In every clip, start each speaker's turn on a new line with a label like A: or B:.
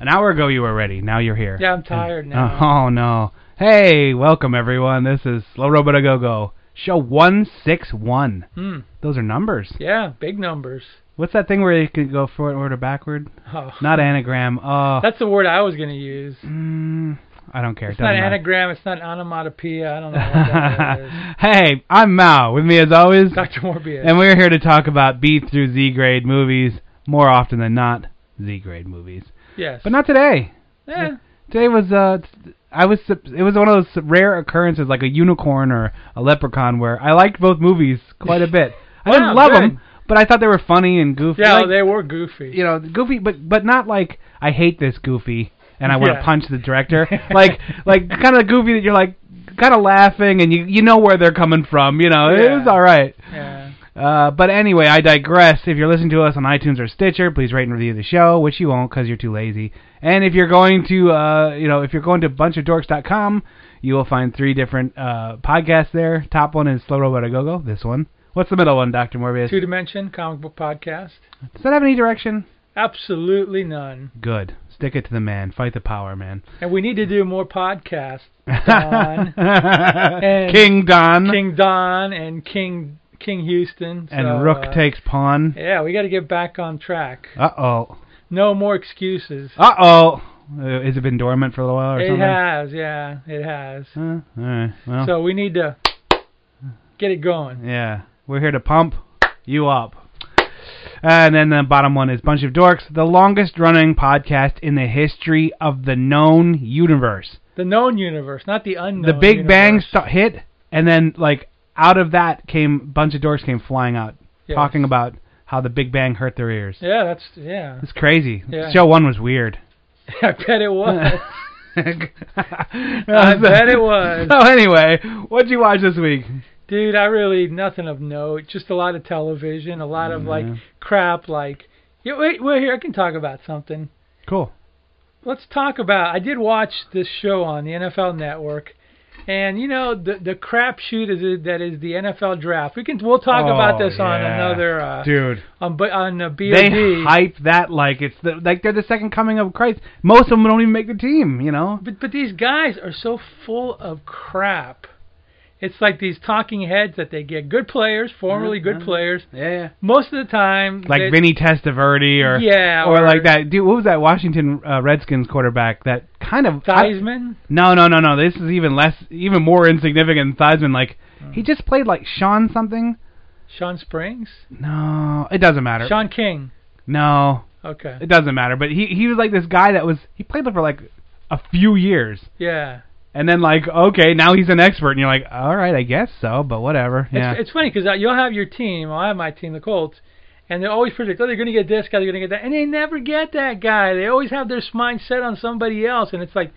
A: An hour ago you were ready. Now you're here.
B: Yeah, I'm tired now.
A: Oh, no. Hey, welcome everyone. This is Slow Robot A Go Go. Show 161.
B: Hmm.
A: Those are numbers.
B: Yeah, big numbers.
A: What's that thing where you could go forward or backward?
B: Oh.
A: Not anagram. Uh,
B: That's the word I was gonna use. It's
A: mm, I don't care. It
B: not
A: doesn't matter.
B: anagram. It's not onomatopoeia. I don't know what that is.
A: hey, I'm Mao. With me as always,
B: Dr. Morbius.
A: and we're here to talk about B through Z grade movies. More often than not, Z grade movies.
B: yes.
A: But not today.
B: Eh,
A: Today was uh, t- I was sup- it was one of those rare occurrences like a unicorn or a leprechaun where I liked both movies quite a bit. I didn't
B: Wow,
A: love
B: good.
A: them, but I thought they were funny and goofy.
B: yeah,
A: Like,
B: they were goofy.
A: you know, goofy, but but not like I hate this goofy and I want to
B: Yeah.
A: punch the director. like like kind of goofy that you're like kind of laughing and you you know where they're coming from. You know, it
B: Yeah.
A: was all right.
B: Yeah.
A: Uh, but anyway, I digress. If you're listening to us on iTunes or Stitcher, please rate and review the show, which you won't because you're too lazy. And if you're going to, uh, you know, if you're going to bunchofdorks.com, you will find three different uh, podcasts there. Top one is Slow Robot A Go Go. This one. What's the middle one, Doctor Morbius?
B: Two Dimension Comic Book Podcast.
A: Does that have any direction?
B: Absolutely none.
A: Good. Stick it to the man. Fight the power, man.
B: And we need to do more podcasts. Don. And-
A: King Don
B: King Don and King King Houston.
A: and
B: so,
A: Rook
B: uh,
A: takes pawn.
B: Yeah, we got to get back on track.
A: Uh oh.
B: No more excuses.
A: Uh oh. Has it been dormant for a little while or
B: it
A: something?
B: has, yeah, it has.
A: Uh, all right. Well.
B: So we need to get it going.
A: Yeah, we're here to pump you up. And then the bottom one is Bunch of Dorks, the longest running podcast in the history of the known universe.
B: The known universe, not the unknown.
A: the Big
B: universe.
A: Bang st- hit, and then like out of that came Bunch of Dorks came flying out,
B: Yes.
A: talking about how the Big Bang hurt their ears.
B: Yeah, that's yeah.
A: It's crazy.
B: Yeah.
A: Show one was weird.
B: I bet it was.
A: I
B: bet it was. Uh,
A: So anyway, what'd you watch this week?
B: Dude, I really nothing of note. Just a lot of television, a lot of like
A: Yeah.
B: crap. Like, yeah, wait, wait here. I can talk about something.
A: Cool.
B: Let's talk about. I did watch this show on the NFL Network, and you know the the crapshoot is that is the NFL draft. We can we'll talk
A: Oh,
B: about this on
A: yeah.
B: another uh,
A: Dude.
B: on B- on uh, BOD.
A: They hype that like it's the, like they're the second coming of Christ. Most of them don't even make the team, you know.
B: But but these guys are so full of crap. It's like these talking heads that they get good players, formerly good players.
A: Yeah.
B: Most of the time,
A: Like
B: they-
A: Vinny Testaverde or
B: Yeah,
A: or,
B: or-
A: like that dude. What was that Washington uh, Redskins quarterback that kind of I-
B: Theismann.
A: no no no no. This is even less, even more insignificant than Theismann. Like
B: Mm.
A: he just played like Sean something.
B: Sean Springs,
A: No, it doesn't matter.
B: Sean King.
A: No,
B: Okay,
A: it doesn't matter. But he he was like this guy that was he played for like a few years.
B: yeah.
A: And then like okay now he's an expert and you're like all right I guess so but whatever yeah
B: It's, it's funny because you'll have your team. I'll have my team, the Colts, and they always predict, oh, they're going to get this guy, they're going to get that, and they never get that guy. They always have their mind set on somebody else, and it's like,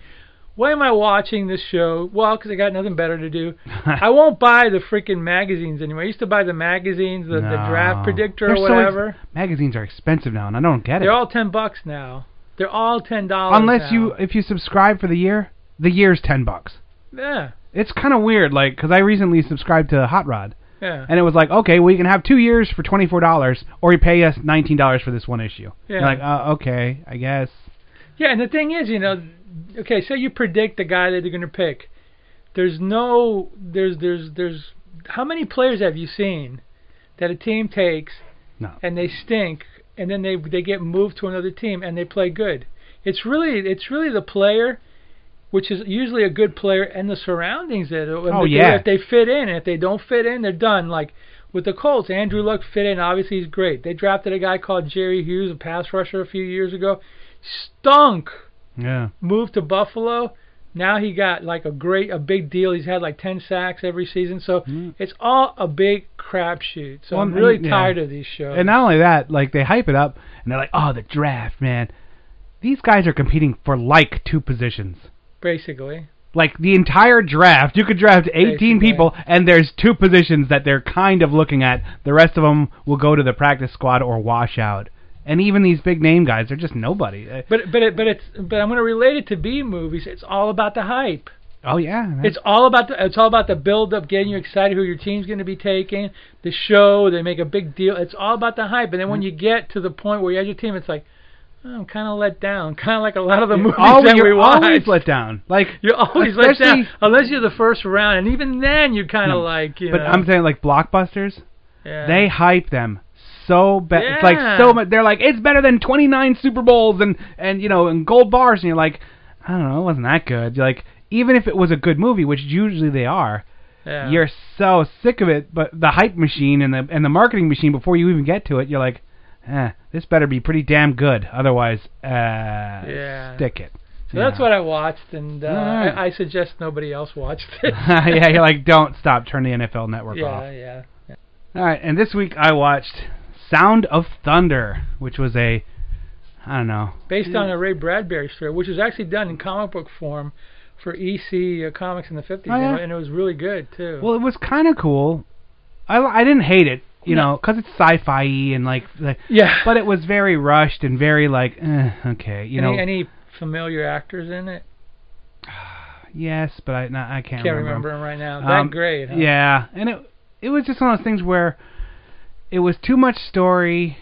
B: why am I watching this show? Well, because I got nothing better to do. I won't buy the freaking magazines anymore. I used to buy the magazines, the, the draft
A: No.
B: predictor
A: They're
B: or
A: so ex-
B: whatever.
A: magazines are expensive now, and I don't get it.
B: they're all ten bucks now. They're all ten dollars.
A: Unless you, if you subscribe for the year, the year's ten bucks.
B: yeah,
A: It's kind of weird, like, because I recently subscribed to Hot Rod,
B: yeah,
A: and it was like, okay, well, you can have two years for twenty four dollars, or you pay us nineteen dollars for this one issue.
B: Yeah.
A: You're like, uh, okay, I guess.
B: Yeah, and the thing is, you know, okay, say you predict the guy that they're going to pick. There's no, there's, there's, there's. How many players have you seen that a team takes
A: No.
B: and they stink, and then they they get moved to another team and they play good? It's really, it's really the player, which is usually a good player, and the surroundings that.
A: Oh, yeah.
B: If they fit in, if they don't fit in, they're done. Like. With the Colts, Andrew Luck fit in. Obviously, he's great. They drafted a guy called Jerry Hughes, a pass rusher, a few years ago. Stunk
A: Yeah.
B: moved to Buffalo. Now he got like a great, a big deal. He's had like 10 sacks every season. So it's all a big crapshoot. So
A: Mm. Well,
B: I'm really
A: and- yeah.
B: tired of these shows.
A: And not only that, like they hype it up, and they're like, oh, the draft, man. these guys are competing for like two positions.
B: basically.
A: Like the entire draft, you could draft 18
B: Basically.
A: people, and there's two positions that they're kind of looking at. The rest of them will go to the practice squad or wash out. And even these big name guys, they're just nobody. Uh,
B: But but it, but it's but I'm going to relate it to B movies. It's all about the hype.
A: Oh yeah, that's-
B: It's all about the it's all about the build up, getting you excited who your team's going to be taking, the show. They make a big deal. It's all about the hype. And then
A: Mm.
B: when you get to the point where you have your team, it's like oh, I'm kind of let down. Kind of like a lot of the movies
A: always,
B: that we
A: you're
B: watch.
A: always let down. Like
B: You're always let down
A: especially-
B: unless you're the first round, and even then you're kind of
A: No.
B: like you
A: But
B: know.
A: I'm saying like blockbusters,
B: yeah.
A: they hype them so bad. It's like
B: Yeah.
A: so much. They're like it's better than 29 Super Bowls and and you know and gold bars, and you're like, I don't know, it wasn't that good. You're like even if it was a good movie, which usually they are,
B: yeah.
A: you're so sick of it. But the hype machine and the and the marketing machine before you even get to it, you're like, eh, this better be pretty damn good. Otherwise, uh,
B: Yeah.
A: stick it.
B: So that's what I watched, and uh,
A: Alright.
B: I, I suggest nobody else watched it.
A: yeah, you're like, don't stop. Turn the NFL Network off.
B: yeah, yeah.
A: All right, and this week I watched Sound of Thunder, which was a I don't know.
B: Based on a Ray Bradbury story, which was actually done in comic book form for EC uh, Comics in the 50s,
A: Oh, yeah?
B: and, it, and it was really good, too.
A: Well, it was kind of cool. I I didn't hate it, you know, 'cause it's sci-fi and like, like
B: yeah.
A: but it was very rushed and very like eh, okay, you
B: any,
A: know.
B: any familiar actors in it?
A: yes, but I no, I can't,
B: Can't
A: remember. 'em.
B: remember them right now.
A: Um,
B: that great. Huh?
A: Yeah, and it it was just one of those things where it was too much story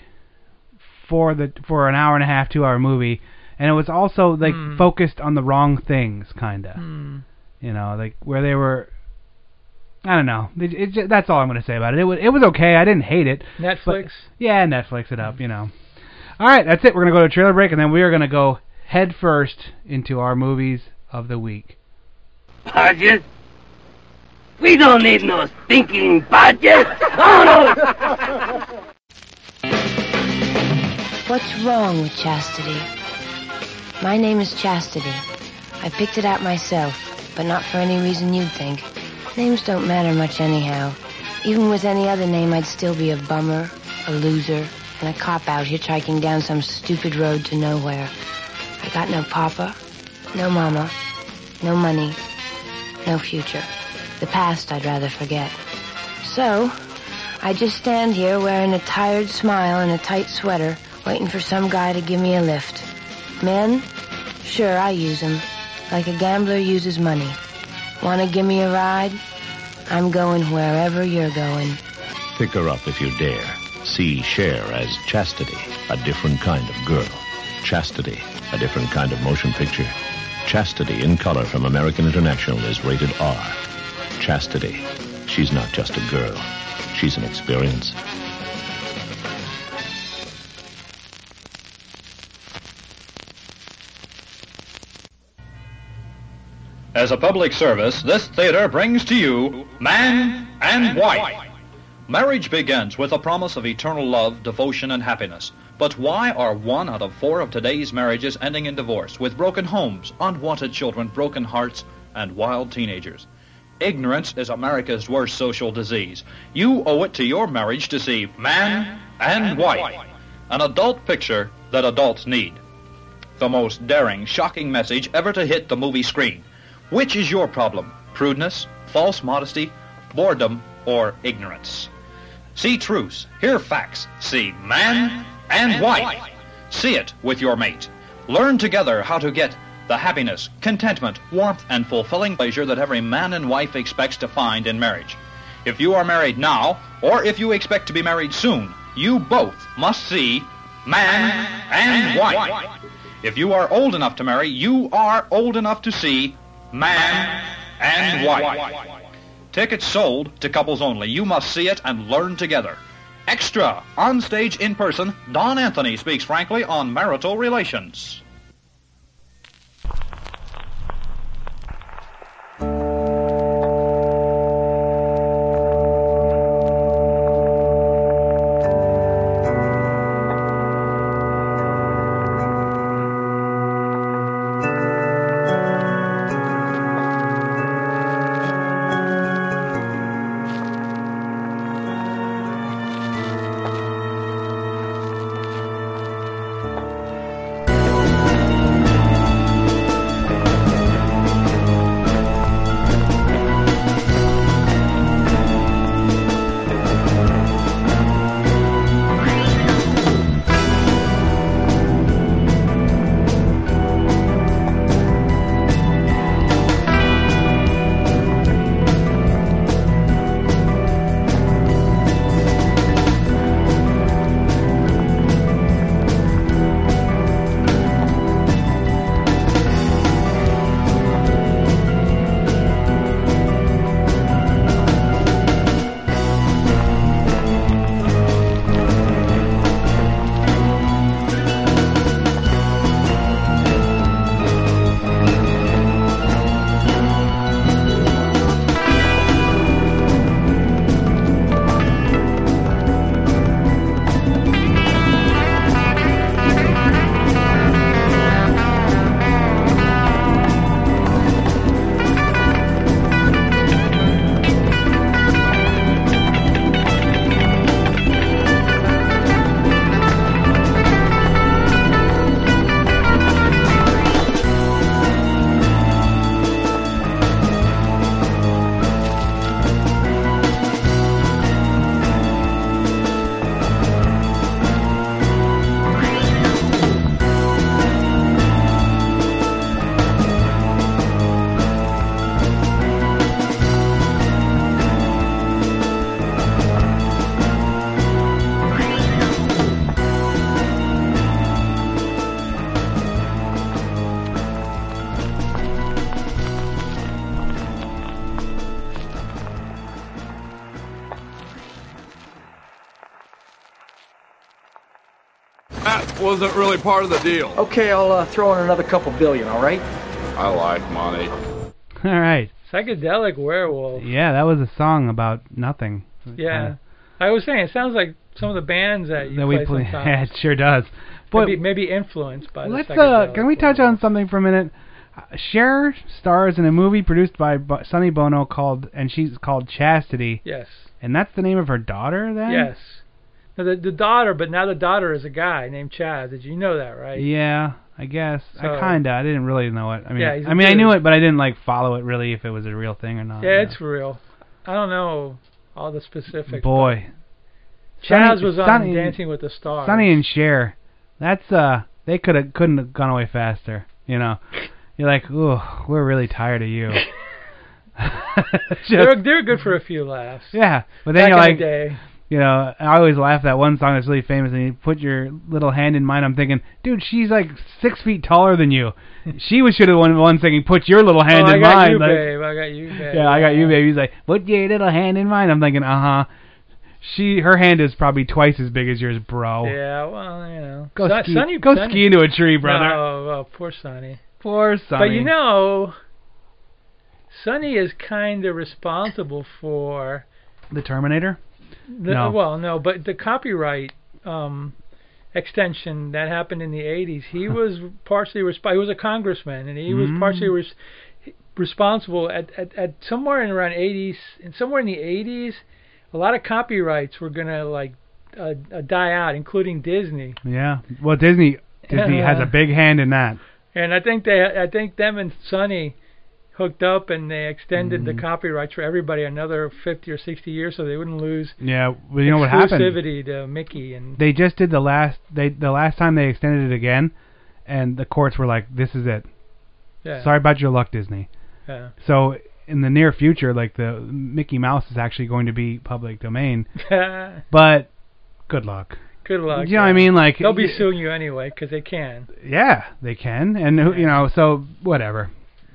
A: for the for an hour and a half, two hour movie, and it was also like
B: Hmm.
A: focused on the wrong things, kinda.
B: Hmm.
A: You know, like where they were. I don't know. It, it, ju- that's all I'm gonna say about it. It was it was okay. I didn't hate it.
B: Netflix.
A: Yeah, Netflix it up. You know. All right, that's it. We're gonna go to a trailer break, and then we are gonna go head first into our movies of the week.
C: Podges? We don't need no stinking podges.
D: What's wrong with chastity? My name is Chastity. I picked it out myself, but not for any reason you'd think. Names don't matter much anyhow. Even with any other name, I'd still be a bummer, a loser, and a cop-out hitchhiking down some stupid road to nowhere. I got no papa, no mama, no money, no future. The past I'd rather forget. So, I just stand here wearing a tired smile and a tight sweater, waiting for some guy to give me a lift. Men? Sure, I use 'em, Like a gambler uses money. Wanna give me a ride? I'm going wherever you're going.
E: Pick her up if you dare. See Cher as Chastity, a different kind of girl. Chastity, a different kind of motion picture. Chastity in color from American International is rated R. Chastity, she's not just a girl, she's an experience.
F: As a public service, this theater brings to you Man and Wife. Marriage begins with a promise of eternal love, devotion, and happiness. But why are one out of four of today's marriages ending in divorce, with broken homes, unwanted children, broken hearts, and wild teenagers? Ignorance is America's worst social disease. You owe it to your marriage to see Man and Wife, an adult picture that adults need. The most daring, shocking message ever to hit the movie screen. Which is your problem? Prudeness, false modesty, boredom, or ignorance? See truths, hear facts, see man and wife. See it with your mate. Learn together how to get the happiness, contentment, warmth, and fulfilling pleasure that every man and wife expects to find in marriage. If you are married now, or if you expect to be married soon, you both must see man and wife. If you are old enough to marry, you are old enough to see man and wife. Tickets sold to couples only. You must see it and learn together. Extra, on stage in person, Don Anthony speaks frankly on marital relations.
G: wasn't really part of the deal.
H: Okay, I'll uh, throw in another couple billion, all right?
G: I like money.
A: All right.
B: Psychedelic werewolf.
A: Yeah, that was a song about nothing.
B: Yeah. I was saying, it sounds like some of the bands that you
A: that
B: play
A: we play. Yeah,
B: sometimes.
A: it sure does. But
B: maybe, maybe influenced by. the
A: let's uh,
B: psychedelic
A: can we touch on something for a minute? Uh, Cher stars in a movie produced by B- Sonny Bono called, and she's called Chastity,
B: Yes.
A: and that's the name of her daughter. Then.
B: Yes. Now the, the daughter, but now the daughter is a guy named Chaz. Did you know that, right?
A: Yeah, I guess.
B: So-
A: I kinda. I didn't really know it. I mean,
B: Yeah, he's a
A: I mean, I
B: dude.
A: knew it, but I didn't like follow it really if it was a real thing or not.
B: Yeah, it's real. I don't know all the specifics.
A: boy.
B: Chaz
A: Sonny-
B: was on
A: Sonny-
B: Dancing with the Stars.
A: Sonny and Cher. That's uh, they could have couldn't have gone away faster. You know, you're like, ooh, we're really tired of you.
B: they're
A: Just-
B: they're good for a few laughs.
A: yeah, but
B: Back
A: then
B: in
A: you're like,
B: the day.
A: you know, I always laugh that one song that's really famous, and you put your little hand in mine. I'm thinking, dude, she's like six feet taller than you. she was should have one one singing, put your little hand
B: oh, I
A: in
B: got
A: mine.
B: you,
A: like-
B: babe. I got you, babe.
A: yeah, I got you, baby. He's like, put your little hand in mine. I'm thinking, uh huh. She, her hand is probably twice as big as yours, bro.
B: Yeah, well, you know.
A: Go
B: Son-
A: ski,
B: Sonny,
A: go
B: Sonny,
A: ski into a tree, brother.
B: No, oh, poor Sonny.
A: Poor Sonny.
B: But you know, Sonny is kind of responsible for
A: the Terminator.
B: The,
A: No.
B: Well, no, but the copyright um, extension that happened in the 80s, he was partially resp- he was a congressman, and he was partially res- responsible at, at, at somewhere in around 80s, and somewhere in the 80s, a lot of copyrights were gonna like uh, uh, die out, including Disney.
A: Yeah. Well, Disney, Disney has a big hand in that.
B: And I think they, I think them and Sonny hooked up and they extended
A: Mm-hmm.
B: the copyrights for everybody another 50 or 60 years so they wouldn't lose
A: Yeah. Well, you know what happened?
B: exclusivity to Mickey and
A: They just did the last. They the last time they extended it again, and the courts were like, "This is it.
B: yeah,
A: Sorry about your luck, Disney."
B: yeah.
A: So in the near future, like the Mickey Mouse is actually going to be public domain,
B: Good
A: but good luck.
B: luck. uh,
A: you know what I mean? Like
B: They'll be
A: y-
B: suing you anyway because they can.
A: Yeah, they can, and who you know, so whatever.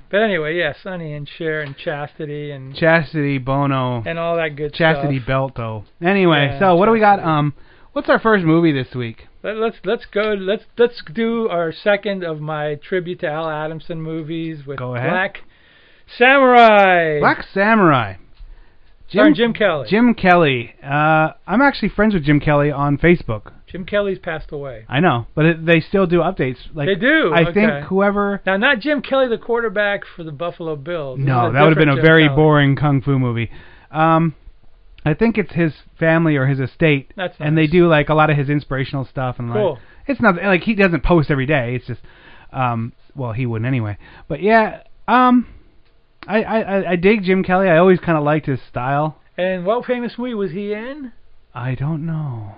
B: But anyway, yeah, Sonny and Cher and Chastity and
A: Chastity Bono,
B: and all that good
A: Chastity
B: stuff.
A: Belt, though. Anyway,
B: Yeah,
A: so what do we got?
B: Chastity.
A: Um, what's our first movie this week?
B: Let, let's let's go. Let's let's do our second of my tribute to Al Adamson movies with
A: Go ahead.
B: Black Samurai.
A: Black Samurai.
B: Starring Jim Kelly.
A: Jim Kelly. Uh, I'm actually friends with Jim Kelly on Facebook.
B: Jim Kelly's passed away.
A: I know, but it, they still do updates. Like
B: They do,
A: I
B: okay.
A: think whoever.
B: Now, not Jim Kelly, the quarterback for the Buffalo Bills. This is
A: No,
B: a
A: that would have been
B: different
A: a
B: Jim
A: very
B: Kelly.
A: boring kung fu movie. Um, I think it's his family or his estate,
B: That's
A: and they
B: nice.
A: do like a lot of his inspirational stuff and
B: Cool.
A: like it's not like he doesn't post every day. It's just, um, well, he wouldn't anyway. But yeah, um, I I I- I dig Jim Kelly. I always kind of liked his style.
B: And what famous movie was he in?
A: I don't know.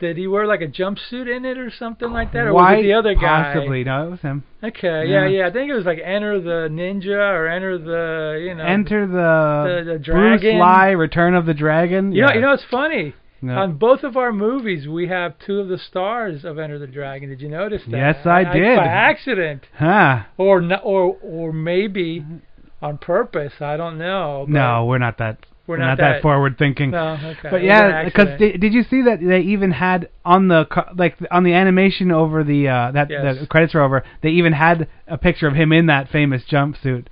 B: Did he wear like a jumpsuit in it or something like that, or
A: Why
B: was it the other guy?
A: Possibly no, it was him.
B: Okay, yeah. yeah,
A: Yeah.
B: I think it was like Enter the Ninja or Enter the, you know.
A: Enter the,
B: Um, the- the
A: Bruce
B: dragon.
A: Lie, Return of the Dragon.
B: You know,
A: yeah.
B: you know, um, it's funny.
A: No.
B: On both of our movies, we have two of the stars of Enter the Dragon. Did you notice that?
A: Yes, I did.
B: by accident,
A: huh?
B: or no, or or maybe on purpose. I don't know. but-
A: No, we're not that.
B: We're
A: We're,
B: not
A: not, that,
B: that-
A: forward thinking.
B: No. Oh, Okay.
A: But
B: it was an
A: yeah, because
B: accident.
A: did, did you see that they even had on the co- like on the animation over the uh, that
B: Yes.
A: the credits were over, they even had a picture of him in that famous jumpsuit.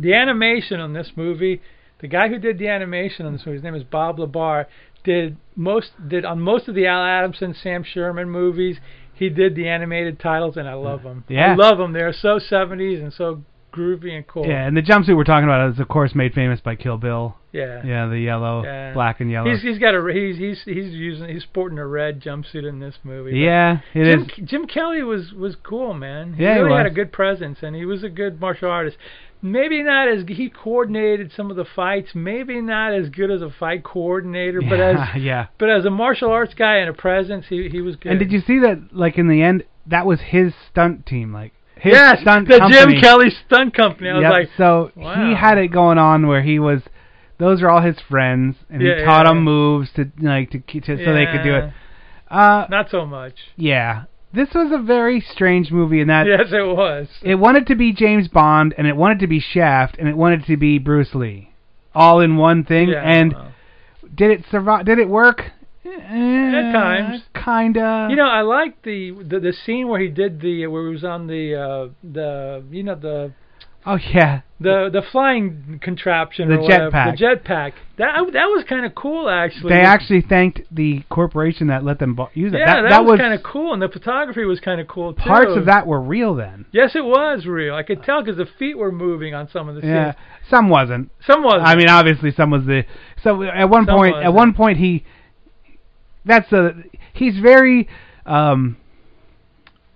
B: the animation on this movie, the guy who did the animation on this movie, his name is Bob Labar, did most did on most of the Al Adamson, Sam Sherman movies. He did the animated titles, and I love them. I
A: Yeah.
B: love them. They're so 70s and so groovy and cool.
A: Yeah, and the jumpsuit we're talking about is of course made famous by Kill Bill.
B: yeah.
A: Yeah, the yellow,
B: Yeah.
A: black and yellow.
B: He's he's got a he's he's he's using he's sporting a red jumpsuit in this movie. but
A: yeah, it is.
B: Jim, Jim Kelly was was cool, man. He
A: Yeah, he
B: really had a
A: was.
B: good presence, and he was a good martial artist. Maybe not as he coordinated some of the fights. Maybe not as good as a fight coordinator, but as
A: yeah.
B: but as a martial arts guy and a presence, he he was good.
A: And did you see that? Like in the end, that was his stunt team. Like his
B: Yes,
A: stunt
B: the
A: company.
B: Jim Kelly stunt company. I was
A: Yep,
B: like,
A: so
B: wow.
A: he had it going on where he was. Those are all his friends, and
B: Yeah,
A: he taught
B: yeah.
A: them moves to like to, ke- to so they could do
B: Yeah.
A: it. Uh,
B: not so much.
A: yeah, this was a very strange movie in that
B: Yes, it was.
A: it wanted to be James Bond, and it wanted to be Shaft, and it wanted to be Bruce Lee, all in one thing.
B: Yeah,
A: and
B: well,
A: did it survive? Did it work?
B: At times.
A: Kinda.
B: You know, I like the, the the scene where he did the where he was on the uh, the you know the
A: Oh yeah.
B: the the flying contraption
A: The
B: or whatever,
A: jetpack.
B: the jetpack that I- that was kind of cool actually
A: They actually thanked the corporation that let them bo- use it.
B: yeah
A: that,
B: that, was, kind of cool and the photography was kind of cool too
A: parts of that were real then.
B: yes it was real I could tell because the feet were moving on some of the
A: Yeah,
B: scenes
A: some wasn't.
B: some was
A: I mean, obviously, some was the. So at one
B: Some
A: point,
B: was,
A: at one point, he. That's the. He's very. Um,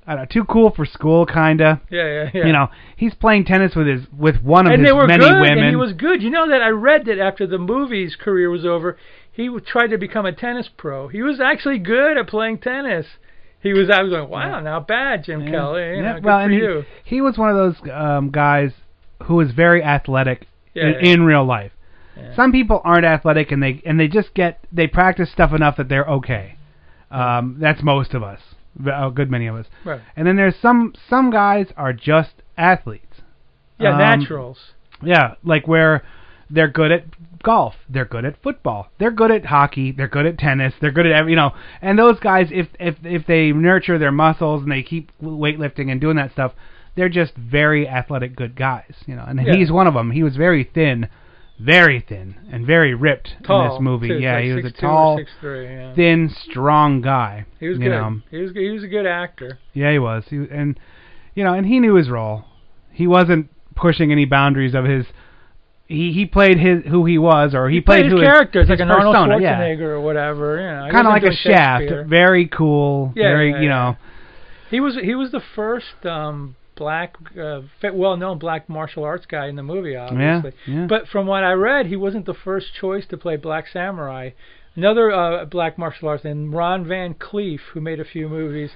A: I don't know, too cool for school, kinda.
B: yeah yeah yeah
A: You know, he's playing tennis with his with one of
B: and
A: his
B: they were
A: many
B: good,
A: women.
B: And he was good. You know that I read that after the movie's career was over, he w- tried to become a tennis pro. He was actually good at playing tennis. He was. I was going, wow, not bad, Jim
A: Yeah.
B: Kelly. You
A: Yeah,
B: know, good
A: well,
B: for
A: and he,
B: you.
A: he was one of those um, guys who was very athletic
B: Yeah,
A: in,
B: yeah.
A: in real life. Some people aren't athletic and they and they just get they practice stuff enough that they're okay. Um, that's most of us, a good many of us.
B: Right.
A: And then there's some some guys are just athletes.
B: Yeah,
A: Um,
B: naturals.
A: Yeah, like where they're good at golf, they're good at football, they're good at hockey, they're good at tennis, they're good at every, you know. And those guys, if if if they nurture their muscles and they keep weightlifting and doing that stuff, they're just very athletic, good guys, you know. And
B: Yeah.
A: he's one of them. He was very thin, very thin, and very ripped
B: Tall.
A: in this movie.
B: too,
A: yeah,
B: like
A: he was a
B: 6'2" or
A: tall,
B: 6'3", yeah.
A: thin, strong guy.
B: He was
A: you
B: good.
A: know.
B: He was. He was a good actor.
A: Yeah, he was. He and you know, and he knew his role. He wasn't pushing any boundaries of his. He he played his who he was, or he,
B: played,
A: who
B: his characters,
A: his
B: like an Arnold
A: persona,
B: Schwarzenegger
A: yeah.
B: or whatever. You know, He
A: Kind of like
B: wasn't
A: a
B: doing
A: shaft,
B: Shakespeare.
A: very cool,
B: Yeah,
A: very
B: yeah,
A: you
B: yeah.
A: know,
B: He was. He was the first um, black, uh, fa- well-known black martial arts guy in the movie, obviously.
A: yeah.
B: But from what I read, he wasn't the first choice to play Black Samurai. Another uh, black martial artist named Ron Van Cleef, who made a few movies,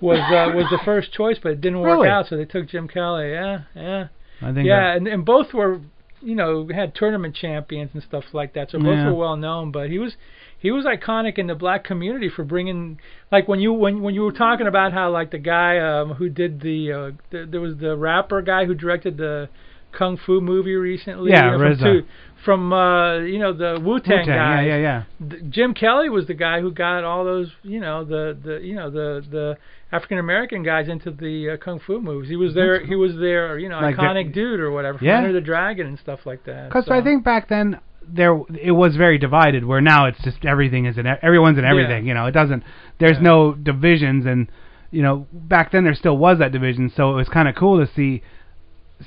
B: was uh, was the first choice, but it didn't work
A: Really?
B: out, so they took Jim Kelly. Yeah, yeah,
A: I think
B: yeah.
A: that-
B: And, and both were, you know, had tournament champions and stuff like that, so both
A: Yeah.
B: were well known. But he was he was iconic in the black community for bringing like when you when when you were talking about how like the guy um, who did the, uh, the there was the rapper guy who directed the kung fu movie recently
A: Yeah,
B: you know,
A: RZA.
B: from, two- from uh, you know the Wu Tang
A: Wu-Tang, yeah,
B: guy
A: yeah, yeah.
B: Jim Kelly was the guy who got all those you know the the you know the the African American guys into the uh, kung fu movies he was their he was their you know
A: Like the-
B: iconic dude or whatever from
A: Yeah.
B: Under the Dragon and stuff like that
A: Because
B: so.
A: I think back then there it was very divided. Where now it's just everything is in e- everyone's in everything. You know, it doesn't. There's no divisions, and you know, back then there still was that division. So it was kind of cool to see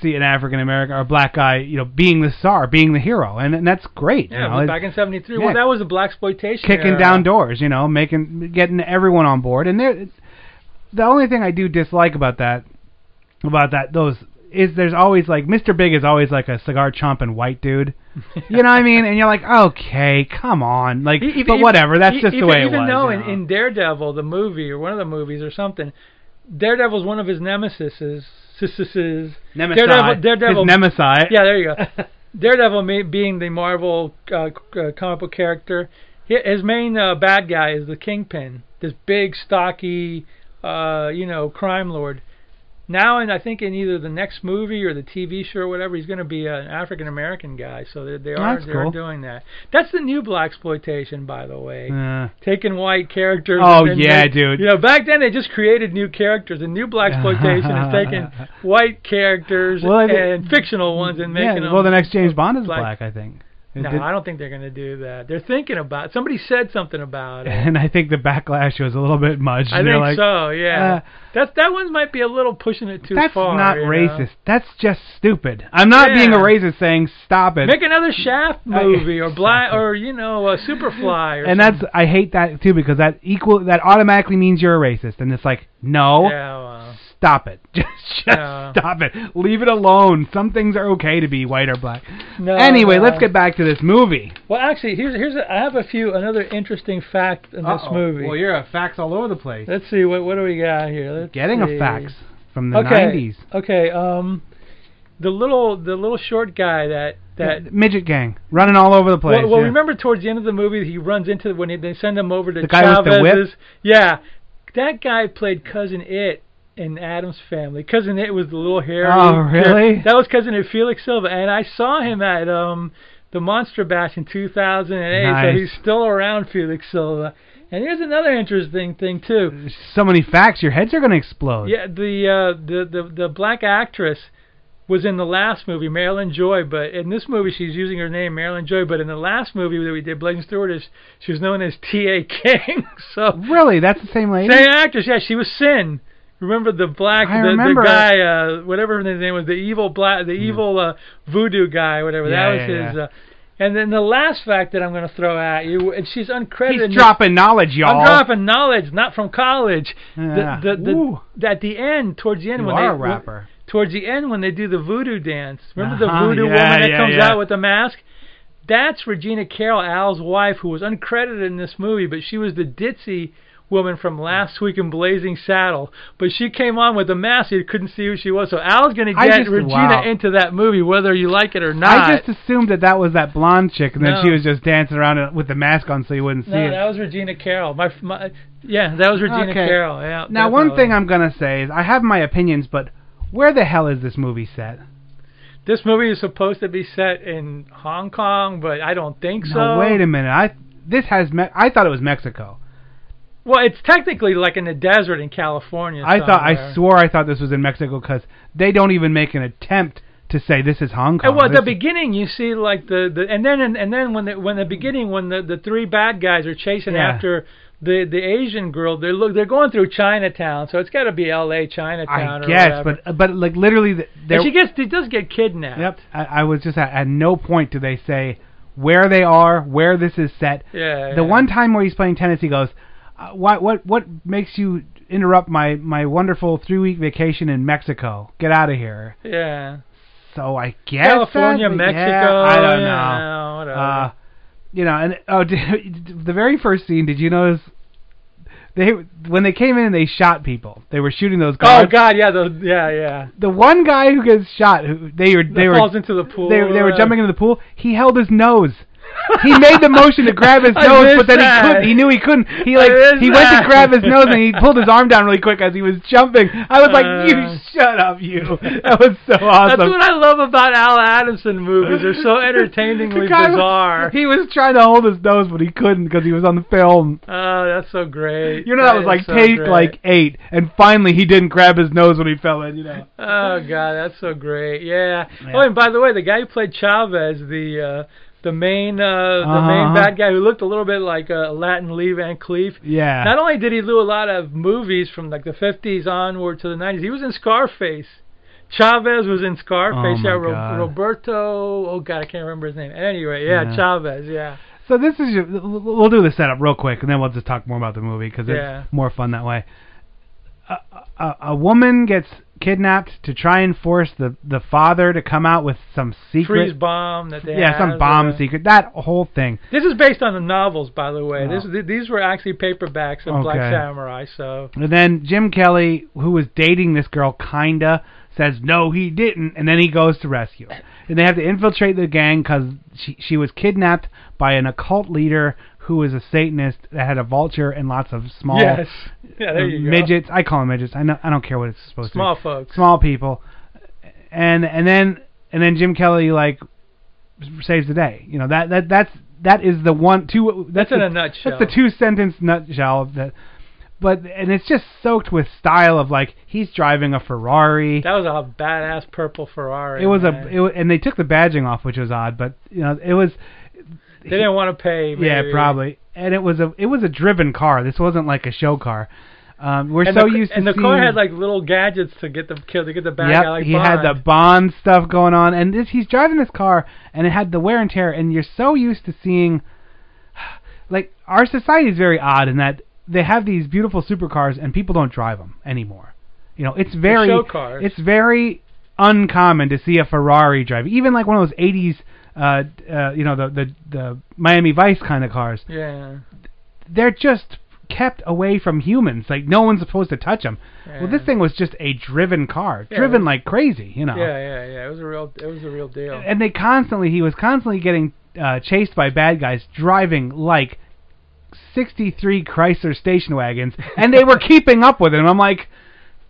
A: see an African American or a black guy, you know, being the star, being the hero, and, and that's great.
B: yeah
A: you know,
B: well,
A: It's
B: back in '73
A: yeah.
B: well that was the black exploitation
A: kicking down doors, you know, making getting everyone on board. And there, the only thing I do dislike about that, about that those is there's always like Mr. Big is always like a cigar chomping white dude. You know what I mean? And you're like, okay, come on, like,
B: E- even-
A: but whatever. That's
B: e-
A: just
B: even,
A: the way it
B: even
A: was.
B: though
A: you
B: in,
A: know?
B: in Daredevil, the movie or one of the movies or something, Daredevil's one of his nemesis. Daredevil,
A: Nemesi,
B: Daredevil,
A: his Nemesi.
B: yeah, there you go. Daredevil me, being the Marvel uh, c- uh, comic book character, hi- his main uh, bad guy is the Kingpin, this big, stocky, uh, you know, crime lord. Now and I think in either the next movie or the TV show or whatever, he's going to be an African American guy. So they, they are
A: That's
B: they are
A: cool.
B: doing that. That's the new black exploitation, by the way.
A: Uh,
B: Taking white characters.
A: Oh,
B: and then
A: yeah,
B: they-
A: dude.
B: You know, back then they just created new characters. The new black exploitation is taking white characters
A: Well, I mean-
B: and fictional ones and making
A: yeah,
B: them.
A: well, the next James Bond is
B: black.
A: black, I think. It
B: No,
A: did-
B: I don't think they're going to do that. They're thinking about. Somebody said something about it.
A: and I think the backlash was a little bit much.
B: I
A: and
B: think
A: they're like,
B: so. Yeah,
A: uh,
B: that that one might be a little pushing it too
A: That's
B: far.
A: not
B: you know?
A: racist. That's just stupid. I'm not being a
B: Yeah.
A: racist saying stop it.
B: Make another Shaft
A: I-
B: movie or Black or you know uh, Superfly. Or
A: and that's I hate that too because that equal that automatically means you're a racist and it's like no
B: something. yeah, well,
A: stop it just, just
B: Yeah.
A: stop it leave it alone some things are okay to be white or black
B: No,
A: anyway
B: no.
A: let's get back to this movie
B: well, actually, here's here's a, I have a few another interesting fact in this movie.
A: you're a facts all over the place
B: Let's see what what do we got here. Let's
A: getting
B: see.
A: a facts from the
B: okay.
A: 90s
B: Okay. Um, the little the little short guy that that
A: midget gang running all over the place
B: Well, well
A: yeah.
B: remember towards the end of the movie, he runs into when he, they send him over to
A: The guy with the whip?
B: Chavez's- Yeah, that guy played cousin It in Adam's Family. Cousin It was the little hairy.
A: Oh, really?
B: That was cousin It, Felix Silva, and I saw him at um the Monster Bash in 2008.
A: Nice.
B: So he's still around, Felix Silva. And here's another interesting thing too.
A: So many facts, your heads are going to explode.
B: Yeah, the uh, the the the black actress was in the last movie, Marilyn Joy, but in this movie she's using her name Marilyn Joy. But in the last movie that we did, Blazing Stewart, is she was known as T.A. King. so
A: Really? That's the same lady?
B: same actress, yeah, she was Sin. Remember the black
A: I
B: the,
A: remember. Mm-hmm.
B: the guy, uh, whatever his name was, the evil black, the evil uh, voodoo guy, whatever
A: Yeah,
B: that was
A: yeah,
B: his.
A: yeah.
B: Uh, and then the last fact that I'm going to throw at you, and she's uncredited. in
A: He's
B: this-
A: dropping knowledge, y'all.
B: I'm dropping knowledge, not from college.
A: Yeah.
B: The, the, the,
A: Woo.
B: At the end, towards the end,
A: You
B: when
A: are
B: they
A: a rapper.
B: towards the end when they do the voodoo dance. Remember
A: Uh-huh,
B: the voodoo
A: yeah,
B: woman that
A: yeah,
B: comes
A: yeah.
B: out with the mask? That's Regina Carroll, Al's wife, who was uncredited in this movie, but she was the ditzy woman from last week in Blazing Saddle. But she came on with a mask; you couldn't see who she was. So Al's going to
A: I
B: get
A: just-
B: Regina
A: wow.
B: into that movie, whether you like it or not.
A: I just assumed that that was that blonde chick, and then
B: No.
A: she was just dancing around with the mask on so you wouldn't see
B: no,
A: it.
B: that was Regina Carroll. My, my, yeah, that was Regina
A: Okay.
B: Carroll. Yeah.
A: now, one
B: definitely.
A: thing I'm going to say is I have my opinions, but where the hell is this movie set?
B: This movie is supposed to be set in Hong Kong, but I don't think
A: now,
B: so.
A: wait a minute. I this has me- I thought it was Mexico.
B: Well, it's technically like in the desert in California.
A: I thought I
B: somewhere.
A: swore I thought this was in Mexico because they don't even make an attempt to say this is Hong Kong.
B: And well, at the
A: This is-
B: beginning, you see like the, the and then and, and then when the when the beginning when the, the three bad guys are chasing
A: Yeah.
B: after the the Asian girl, they're look they're going through Chinatown, so it's got to be L.A. Chinatown.
A: I
B: or
A: guess,
B: whatever.
A: but but like literally, th- there.
B: and she gets she does get kidnapped.
A: Yep. I, I was just at, at no point do they say where they are, where this is set.
B: Yeah.
A: The
B: yeah.
A: one time where he's playing tennis, he goes, uh, "What what what makes you interrupt my my wonderful three week vacation in Mexico? Get out of here!"
B: Yeah.
A: So I guess
B: California,
A: that-
B: Mexico.
A: Yeah, I don't know.
B: yeah, whatever.
A: Uh, you know, and oh, did, the very first scene. Did you notice? They when they came in and they shot people. They were shooting those
B: oh
A: guards.
B: God, yeah, the yeah, yeah.
A: The one guy who gets shot, who they were they
B: That
A: were
B: falls into the pool.
A: they, they were
B: uh,
A: jumping into the pool. He held his nose. He made the motion to grab his
B: I
A: nose,
B: missed
A: but then
B: that.
A: he couldn't. He knew he couldn't. He
B: I
A: like
B: missed
A: he went to
B: that.
A: grab his nose and he pulled his arm down really quick as he was jumping. I was like,
B: Uh.
A: "You shut up, you!" That was so awesome.
B: That's what I love about Al Adamson movies. They're so entertainingly
A: The guy was-
B: bizarre.
A: he was trying to hold his nose, but he couldn't because he was on the film.
B: Oh, that's so great.
A: You know that, was
B: is
A: like
B: so
A: take
B: great.
A: like eight, and finally he didn't grab his nose when he fell in. You know.
B: Oh god, that's so great. Yeah. Oh, and by the way, the guy who played Chavez, the uh, the main uh, the
A: Uh-huh.
B: main bad guy who looked a little bit like uh, Latin Lee Van Cleef.
A: Yeah.
B: Not only did he do a lot of movies from like the 50s onward to the 90s, he was in Scarface. Chavez was in Scarface.
A: Oh,
B: yeah,
A: my God.
B: Roberto. Oh God, I can't remember his name. At any rate, yeah,
A: Yeah.
B: Chavez. Yeah.
A: So this is your, we'll do the setup real quick, and then we'll just talk more about the movie because
B: Yeah.
A: it's more fun that way. A, a, a woman gets kidnapped to try and force the the father to come out with some
B: Freeze
A: secret,
B: bomb that they
A: yeah,
B: have,
A: some bomb
B: uh,
A: secret. That whole thing.
B: This is based on the novels, by the way. This
A: Oh.
B: th- these were actually paperbacks of Black
A: Okay.
B: Samurai. So
A: And then Jim Kelly, who was dating this girl, kinda says no, he didn't, and then he goes to rescue. her. And they have to infiltrate the gang because she she was kidnapped by an occult leader who was a Satanist that had a vulture and lots of small
B: yes, yeah, there you go.
A: midgets. I call them midgets. I know I don't care what it's supposed
B: small
A: to be.
B: folks.
A: Small people. And and then and then Jim Kelly like saves the day. You know that that that's that is the one two. That's,
B: That's in
A: the-
B: a nutshell.
A: That's the two sentence nutshell of that. But and it's just soaked with style of like he's driving a Ferrari.
B: That was a badass purple Ferrari.
A: it was
B: man.
A: a it, wa- and they took the badging off, which was odd. But you know it was
B: they didn't want to pay.
A: yeah
B: maybe.
A: probably. And it was a it was a driven car. This wasn't like a show car. Um, we're
B: And
A: so
B: the,
A: used to
B: and the
A: seeing,
B: car had like little gadgets to get the kill to get the bad
A: yep,
B: guy. Like
A: he
B: Bond.
A: had the Bond stuff going on, and this, he's driving this car, and it had the wear and tear, and you're so used to seeing, like, our society is very odd in that they have these beautiful supercars, and people don't drive them anymore. You know, it's very,
B: show cars.
A: it's very uncommon to see a Ferrari drive, even like one of those '80s, uh, uh, you know, the the the Miami Vice kind of cars
B: yeah.
A: they're just kept away from humans. Like no one's supposed to touch them. Well, this
B: Yeah.
A: thing was just a driven car,
B: Yeah,
A: driven
B: it-
A: like crazy, you know.
B: Yeah, yeah, yeah. It was a real, it was a real deal.
A: And they constantly, he was constantly getting uh, chased by bad guys driving like 63 Chrysler station wagons, and they were keeping up with him. I'm like.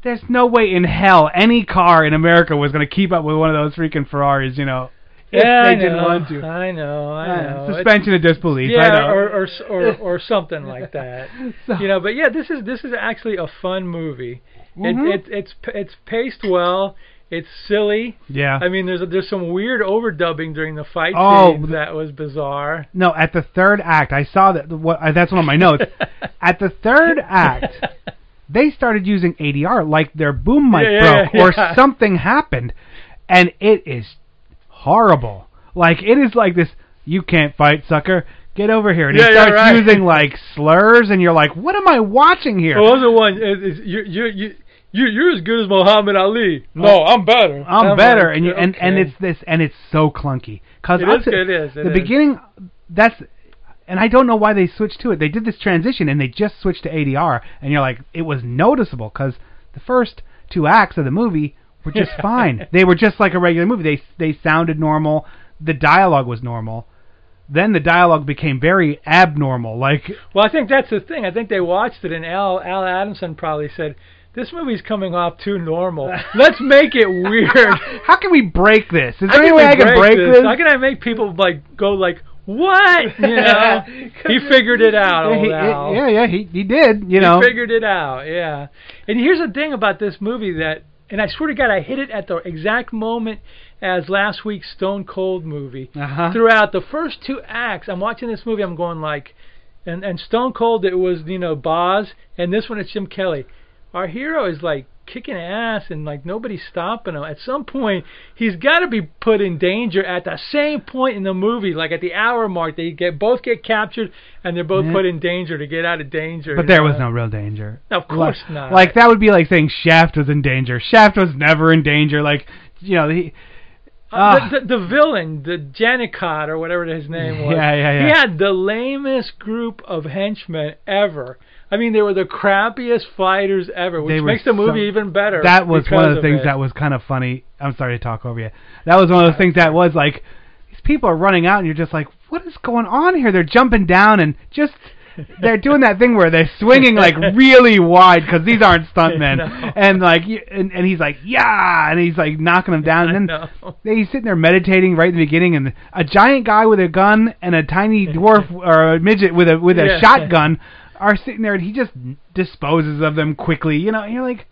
A: There's no way in hell any car in America was going to keep up with one of those freaking Ferraris, you know. If
B: Yeah,
A: they
B: I know.
A: didn't want to. Uh,
B: I know. I
A: Yeah,
B: know.
A: suspension of disbelief,
B: Yeah,
A: I know.
B: or or s- or, or something like that.
A: So-
B: you know, but yeah, this is this is actually a fun movie.
A: Mhm.
B: It, it it's p- it's paced well. It's silly.
A: Yeah.
B: I mean, there's there's some weird overdubbing during the fight
A: Oh,
B: scene
A: th-
B: that was bizarre.
A: No, at the third act, I saw that. What I, that's one of my notes. at the third act, they started using ADR, like their boom mic
B: Yeah, yeah,
A: broke
B: yeah,
A: or
B: yeah.
A: something happened, and it is horrible. Like it is like this. You can't fight, sucker. Get over here. And
B: Yeah,
A: he
B: yeah,
A: starts
B: right.
A: using like slurs, and you're like, what am I watching here?
B: Well, was the one? It, it's, you you you you you're as good as Muhammad Ali. No, I'm better.
A: I'm
B: like,
A: better, and you and and
B: okay.
A: it's this, and it's so clunky. Cause
B: It
A: I'll
B: is,
A: say-
B: it is, it
A: the
B: is.
A: beginning. That's and I don't know why they switched to it. They did this transition, and they just switched to ADR, and you're like, it was noticeable because the first two acts of the movie were just fine. They were just like a regular movie. They they sounded normal. The dialogue was normal. Then the dialogue became very abnormal. Like
B: Well, I think that's the thing. I think they watched it, and Al Al Adamson probably said, "This movie's coming off too normal. Let's make it weird."
A: How can we break this? Is there
B: I
A: any
B: can
A: way I can break this?
B: How can I make people like go like, "What?" You know, he figured it out.
A: Yeah,
B: Old
A: he-
B: Al.
A: yeah, yeah, he he did. You know,
B: He figured it out, yeah. And here's the thing about this movie that, and I swear to God, I hit it at the exact moment as last week's Stone Cold movie.
A: Uh-huh.
B: Throughout the first two acts, I'm watching this movie, I'm going like, and and Stone Cold, it was you know Boz, and this one it's Jim Kelly. Our hero is like kicking ass and like nobody's stopping him. At some point, he's got to be put in danger. At the same point in the movie, like at the hour mark, they get both get captured and they're both
A: Yeah.
B: put in danger to get out of danger.
A: But
B: you
A: there was
B: know?
A: no real danger.
B: Of course
A: like,
B: not.
A: Like that would be like saying Shaft was in danger. Shaft was never in danger. Like you know, he,
B: Uh,
A: Ah.
B: the, the, the villain, the Janicot or whatever his name was.
A: Yeah, yeah, yeah.
B: He had the lamest group of henchmen ever. I mean, they were the crappiest fighters ever,
A: They
B: which
A: were
B: makes the movie
A: so-
B: even better.
A: that was one
B: because
A: of the things
B: it.
A: that was kind of funny. I'm sorry to talk over you. That was one of the things that was like these people are running out, and you're just like, what is going on here? They're jumping down and just. They're doing that thing where they're swinging like really wide because these aren't stuntmen,
B: know.
A: and like you- and, and he's like yeah, and he's like knocking them down, and then
B: I know.
A: Yeah, he's sitting there meditating right in the beginning, and a giant guy with a gun and a tiny dwarf or a midget with a with a
B: Yeah.
A: shotgun are sitting there, and he just disposes of them quickly. You know, and you're like,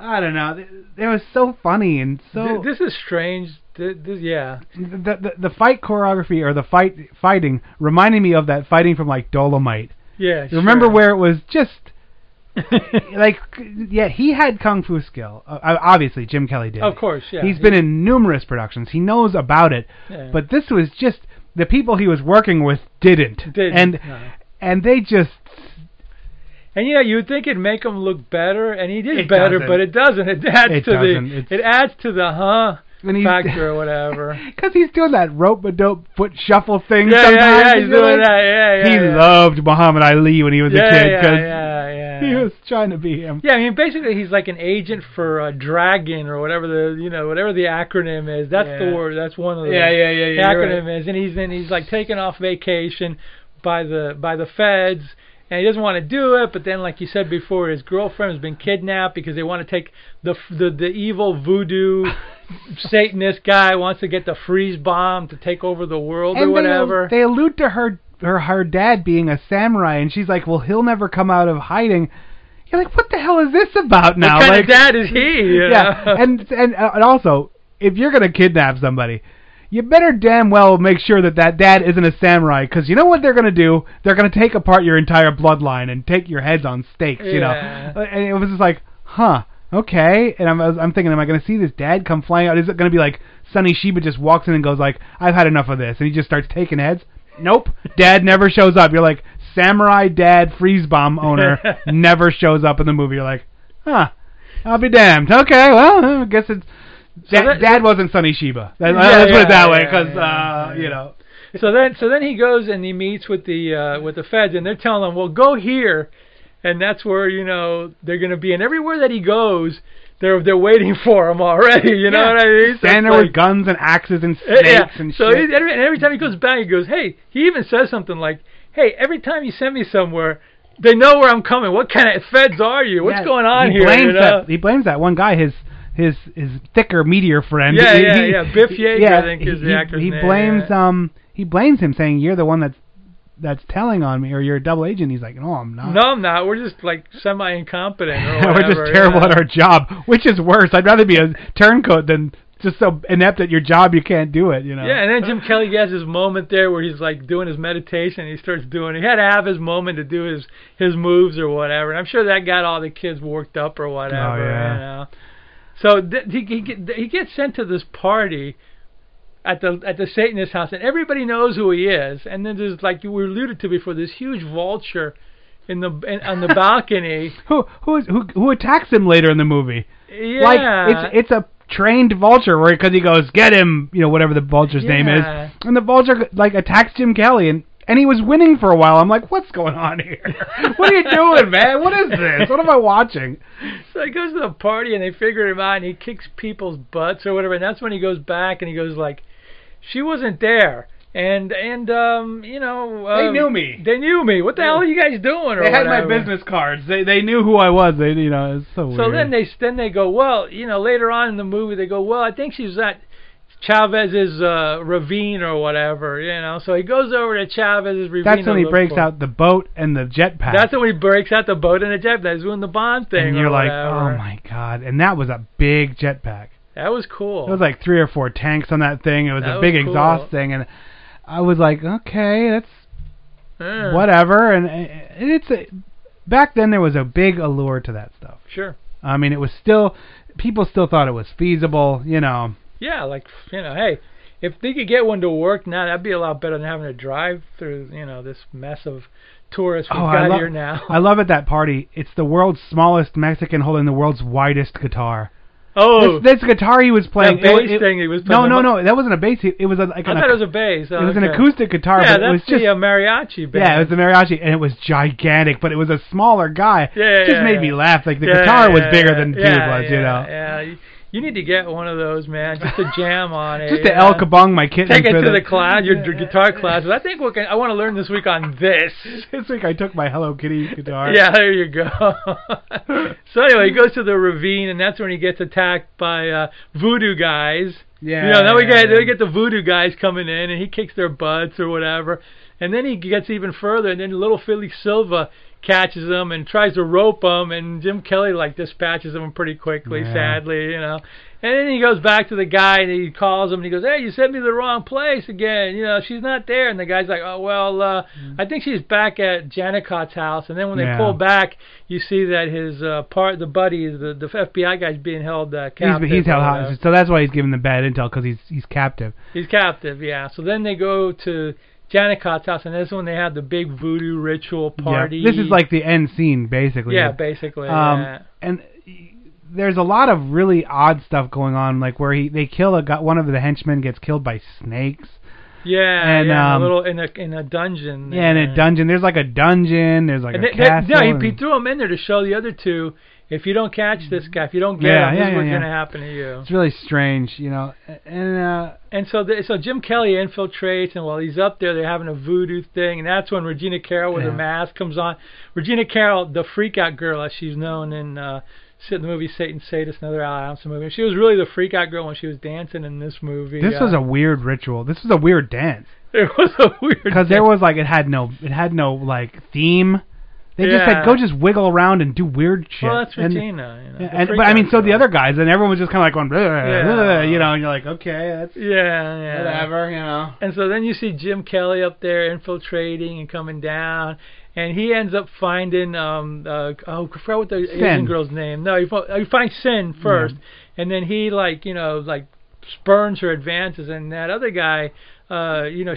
A: I don't know. Th- It was so funny and so
B: Th- this is strange. Th- This, yeah.
A: the, the the fight choreography or the fight fighting reminded me of that fighting from like Dolomite.
B: Yeah.
A: You Remember
B: sure.
A: where it was just like yeah he had kung fu skill. Uh, obviously, Jim Kelly did.
B: Of course, yeah.
A: He's been in numerous productions. He knows about it.
B: Yeah.
A: But this was just the people he was working with didn't.
B: Didn't,
A: And
B: no.
A: and they just
B: And yeah, you would think it'd make him look better, and he did
A: It
B: better,
A: doesn't.
B: but it doesn't. It adds
A: It
B: to
A: doesn't.
B: the
A: It's-
B: it adds to the huh
A: and he's,
B: factor or whatever.
A: Cuz he's doing that rope a dope foot shuffle thing
B: yeah,
A: sometimes.
B: yeah, yeah.
A: and
B: He's
A: you're
B: doing
A: like-
B: that. Yeah, yeah.
A: he
B: yeah.
A: loved Muhammad Ali when he was
B: yeah,
A: a kid
B: yeah,
A: cuz
B: yeah, yeah.
A: he was trying to be him.
B: Yeah, I mean, basically, he's like an agent for uh, Dragon or whatever the you know whatever the acronym is. That's the
A: Yeah.
B: word. That's one of the
A: Yeah, yeah, yeah, yeah, you're
B: acronym is, and he's then he's like taken off vacation by the by the feds, and he doesn't want to do it. But then, like you said before, his girlfriend has been kidnapped because they want to take the f- the the evil voodoo Satanist guy wants to get the freeze bomb to take over the world or
A: And they,
B: whatever.
A: they allude to her her her dad being a samurai and she's like, "Well, he'll never come out of hiding." You're like, "What the hell is this about now?"
B: what kind
A: like
B: of dad is he? you know?
A: yeah, and and uh, and also, if you're gonna kidnap somebody, you better damn well make sure that that dad isn't a samurai, because you know what they're gonna do? They're gonna take apart your entire bloodline and take your heads on stakes. You
B: Yeah.
A: know, Uh, and it was just like, huh, okay. And I'm I was- I'm thinking, am I gonna see this dad come flying out? Is it gonna be like Sonny Shiba just walks in and goes like, I've had enough of this, and he just starts taking heads? Nope, dad never shows up. You're like. Samurai dad freeze bomb owner never shows up in the movie. You're like, huh, I'll be damned. Okay, well, I guess it's. Dad,
B: that-
A: Dad wasn't Sonny Shiba. That,
B: Yeah,
A: let's put it
B: yeah,
A: that way,
B: yeah,
A: 'cause way, because
B: yeah,
A: uh,
B: yeah.
A: you know.
B: so then so then he goes and he meets with the uh with the feds and they're telling him well go here and that's where you know they're going to be and everywhere that he goes they're they're waiting for him already you know
A: Yeah.
B: what i mean So
A: Stand
B: it's
A: there
B: like-
A: with guns and axes and
B: yeah,
A: snakes
B: yeah.
A: and
B: so
A: shit.
B: he- every, and every time he goes back he goes hey he even says something like hey every time you send me somewhere they know where i'm coming what kind of feds are you what's
A: Yeah,
B: going on
A: he
B: here
A: Blames
B: you know?
A: that, he blames that one guy, his his his thicker meteor friend.
B: Yeah,
A: He-
B: yeah,
A: he-
B: yeah. Biff Yeager,
A: yeah,
B: I think, is
A: he,
B: the actor's
A: He
B: name,
A: blames um he blames him, saying you're the one that's that's telling on me, or you're a double agent. He's like, no, I'm not.
B: No, I'm not. We're just like semi incompetent.
A: We're just terrible at our job, which is worse. I'd rather be a turncoat than just so inept at your job you can't do it. You know.
B: Yeah, and then Jim Kelly has his moment there where he's like doing his meditation. And he starts doing. He had to have his moment to do his his moves or whatever. And I'm sure that got all the kids worked up or whatever.
A: Oh, yeah.
B: You know? So th- he he, get, he gets sent to this party at the at the Satanist house, and everybody knows who he is. And then there's like you were alluded to before, this huge vulture in the in, on the balcony.
A: Who who is who who attacks him later in the movie?
B: Yeah.
A: Like it's it's a trained vulture where because he goes get him, you know, whatever the vulture's name
B: Yeah.
A: is, and the vulture like attacks Jim Kelly and. And he was winning for a while. I'm like, what's going on here? what are you doing, man? What is this? What am I watching?
B: So he goes to the party and they figure him out and he kicks people's butts or whatever. And that's when he goes back and he goes like, "She wasn't there." And and um, you know,
A: They
B: um,
A: knew me.
B: They knew me. What the hell are you guys doing? Or
A: They had my
B: whatever.
A: business cards. They they knew who I was. They you know it's so weird.
B: So then they then they go, well, you know, later on in the movie they go, well, I think she's at Chavez's uh, ravine or whatever, you know. So he goes over to Chavez's ravine.
A: that's
B: to
A: when he
B: look
A: breaks
B: for-
A: out the boat and the jetpack.
B: That's when he breaks out the boat and the jet. That's doing the Bond thing.
A: and you're
B: or
A: like,
B: whatever.
A: oh my god! And that was a big jetpack.
B: That was cool.
A: It was like three or four tanks on that thing. It was
B: That
A: a
B: was
A: big
B: cool.
A: exhaust thing, and I was like, okay, that's
B: Yeah.
A: whatever. And and it's a, back then there was a big allure to that stuff.
B: Sure.
A: I mean, it was still people still thought it was feasible. You know,
B: Yeah, like you know, hey, if they could get one to work now, that'd be a lot better than having to drive through you know this mess of tourists we've
A: Oh, I
B: got
A: love-
B: here now.
A: I love at that party. It's the world's smallest Mexican holding the world's widest guitar.
B: oh,
A: This, this guitar he was playing.
B: that
A: it was-
B: bass
A: it-
B: thing he was
A: No,
B: playing.
A: no, no. That wasn't a bass. It, it was a, like
B: I
A: an,
B: thought it was a bass.
A: it was an
B: okay.
A: acoustic guitar,
B: Yeah,
A: but it was
B: that's
A: just
B: the uh, mariachi band.
A: Yeah, it was the mariachi, and it was gigantic, but it was a smaller guy.
B: Yeah,
A: it just
B: yeah,
A: made
B: yeah.
A: me laugh. Like the
B: Yeah,
A: guitar was
B: yeah,
A: bigger than dude
B: yeah,
A: was, you know.
B: Yeah, yeah. You need to get one of those, man, just to jam on it.
A: Just
B: you
A: to El
B: know?
A: Kabong my kitten.
B: Take it
A: for
B: to
A: the-
B: the class, your d- guitar class. I think we can. I want to learn this week on this.
A: This week I took my Hello Kitty guitar.
B: Yeah, there you go. so anyway, he goes to the ravine, and that's when he gets attacked by uh, voodoo guys.
A: yeah.
B: you know, then we get then
A: yeah.
B: we get the voodoo guys coming in, and he kicks their butts or whatever. And then he gets even further, and then little Philly Silva catches him and tries to rope him, and Jim Kelly like dispatches him pretty quickly,
A: Yeah.
B: sadly, you know. And then he goes back to the guy and he calls him and he goes, "Hey, you sent me to the wrong place again. You know, she's not there." And the guy's like, "Oh well, uh, I think she's back at Janicott's house." And then when they
A: Mm. Yeah.
B: pull back, you see that his uh, part, the buddy, the the FBI guy's being held uh,
A: He's,
B: captive.
A: he's
B: or
A: held
B: whatever.
A: hostage, so that's why he's giving the bad intel because he's he's captive.
B: He's captive, yeah. So then they go to Janicott's house, and that's when they have the big voodoo ritual
A: Yeah.
B: party.
A: This is like the end scene, basically.
B: yeah, basically.
A: Um,
B: yeah.
A: and there's a lot of really odd stuff going on, like where he they kill a guy, one of the henchmen gets killed by snakes.
B: yeah,
A: and,
B: yeah, in
A: um,
B: a little in a in a dungeon.
A: Yeah, in a dungeon. There's like a dungeon. There's like
B: And
A: a
B: they, they-
A: castle.
B: no,
A: and-
B: he, he threw him in there to show the other two. If you don't catch this guy, if you don't get
A: Yeah,
B: him,
A: yeah,
B: this is
A: yeah,
B: what's
A: yeah.
B: gonna happen to you.
A: It's really strange, you know. And uh,
B: And so, the, so Jim Kelly infiltrates, and while he's up there, they're having a voodoo thing, and that's when Regina Carroll with her
A: Yeah.
B: mask comes on. Regina Carroll, the freakout girl, as she's known in uh, sit- the movie Satan Sadist, another Al Adamson movie. She was really the freakout girl when she was dancing in this movie.
A: this was a weird ritual. This was a weird dance
B: a it was a weird
A: because there was like it had no it had no like theme. They just
B: Yeah.
A: said go just wiggle around and do weird shit.
B: well, that's
A: and,
B: Regina. you know, the
A: and- but I mean,
B: freakout
A: so the
B: girl.
A: other guys and everyone was just kind of like going, "Bleh,
B: Yeah.
A: bleh," you know, and you're like, okay, that's
B: yeah, yeah,
A: whatever, you know.
B: And so then you see Jim Kelly up there infiltrating and coming down, and he ends up finding um uh, oh I forgot what the Asian
A: Sin.
B: girl's name. No, you, fi- you find Sin first, and then he like you know like spurns her advances, and that other guy, uh you know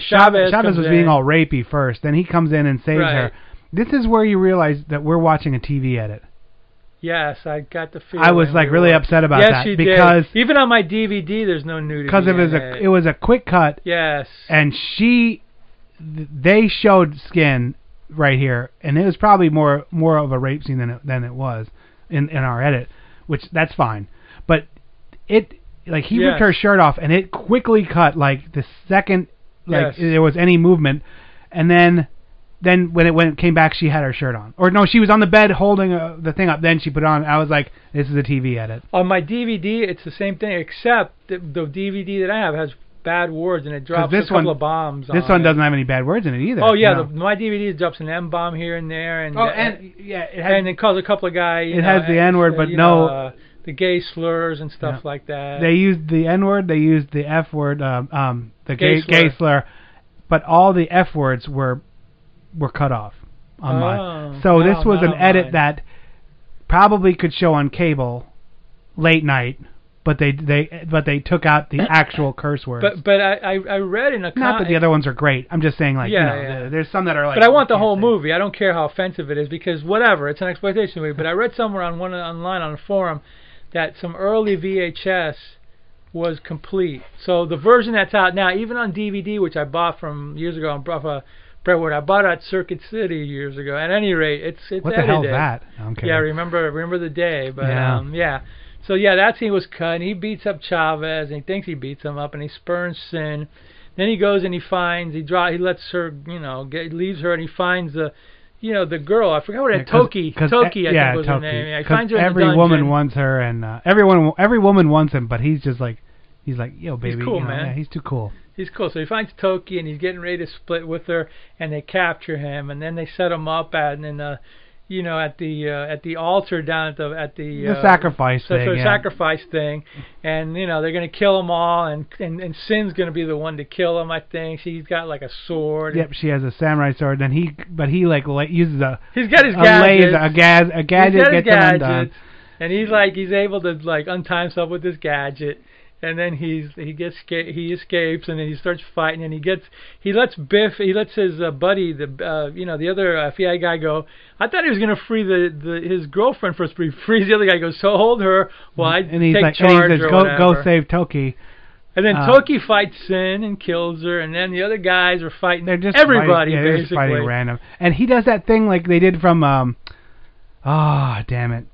A: Chavez,
B: Chavez.
A: Chavez
B: comes
A: was
B: in.
A: being all rapey first, then he comes in and saves
B: Right.
A: her. This is where you realize that we're watching a TV edit.
B: Yes, I got the feeling.
A: I was like
B: we
A: really
B: were.
A: upset about
B: yes,
A: that
B: you
A: because
B: did. even on my DVD, there's no nudity.
A: because it was
B: in
A: a it was a quick cut
B: yes.
A: and she th- they showed skin right here and it was probably more more of a rape scene than it, than it was in in our edit which that's fine but it like he ripped
B: Yes.
A: her shirt off and it quickly cut like the second like
B: Yes.
A: there was any movement and then then when it when it came back, she had her shirt on. Or no, she was on the bed holding uh, the thing up. Then she put it on. I was like, this is a TV edit.
B: On my DVD, it's the same thing, except the, the DVD that I have has bad words and it drops a
A: this
B: couple
A: one-
B: of bombs.
A: This
B: on
A: one
B: it.
A: doesn't have any bad words in it either.
B: Oh yeah,
A: No.
B: the, my DVD drops an M bomb here and there, and uh,
A: Oh, and- yeah, it has-
B: and it calls a couple of guys.
A: It has the N-word, but no-
B: uh, the gay slurs and stuff like that.
A: they used the N word, they used the F word, um, um, the
B: Gay
A: gay, gay slur, but all the F words were were cut off on
B: Oh,
A: mine. So
B: no,
A: this was
B: not
A: an
B: on
A: edit
B: mine.
A: that probably could show on cable late night, but they they but they took out the actual curse words.
B: but but I I, I read in a con-
A: Not that the other ones are great. I'm just saying like
B: Yeah,
A: you know
B: yeah.
A: the- there's some that are like.
B: But I want the
A: you
B: whole
A: can't say.
B: movie. I don't care how offensive it is because whatever, it's an exploitation movie. But I read somewhere on one online on a forum that some early VHS was complete. So the version that's out now, even on DVD, which I bought from years ago on Br- uh, Brentwood, I bought it at Circuit City years ago. At any rate, it's it's
A: What the
B: edited.
A: hell is that? No, I'm kidding.
B: Yeah, remember remember the day, but
A: Yeah.
B: um yeah. So yeah, that scene was cut. And he beats up Chavez, and he thinks he beats him up, and he spurns Sin. Then he goes and he finds he draw he lets her you know get, leaves her, and he finds the you know the girl I forgot what
A: Yeah,
B: it
A: 'cause-
B: Toki
A: 'cause
B: Toki
A: e-
B: I
A: yeah,
B: think was
A: Toki.
B: her name. Yeah, he
A: 'Cause
B: finds her in the
A: every
B: dungeon.
A: woman wants her, and uh, everyone every woman wants him, but he's just like he's like yo baby,
B: cool,
A: you know,
B: man.
A: yeah, he's too cool.
B: He's cool. So he finds Toki and he's getting ready to split with her, and they capture him, and then they set him up at and then, uh, you know at the uh, at the altar down at the at the,
A: The
B: uh,
A: sacrifice
B: so,
A: thing,
B: so
A: yeah.
B: sacrifice thing, and you know they're gonna kill them all, and and, and Sin's gonna be the one to kill him. I think she's got like a sword.
A: Yep, she has a samurai sword. Then he, but he like la- uses a
B: He's got his
A: a laser, a,
B: gadgets.
A: gaz, a
B: he's
A: gadget
B: got his
A: gets him undone.
B: gadgets, and he's like he's able to like untime stuff with this gadget, and then he's he gets sca- he escapes, and then he starts fighting, and he gets he lets Biff he lets his uh, buddy the uh, you know the other uh, FBI guy go. I thought he was gonna free the, the his girlfriend first, but he frees the other guy. He goes so hold her while I
A: And he's
B: take
A: like,
B: charge
A: and he says,
B: or
A: "Go,
B: whatever."
A: go save Toki."
B: And then
A: uh,
B: Toki fights Sin and kills her, and then the other guys are fighting
A: They're just
B: everybody
A: fighting, yeah, they're
B: basically.
A: just fighting random. And he does that thing like they did from, um, ah, damn it,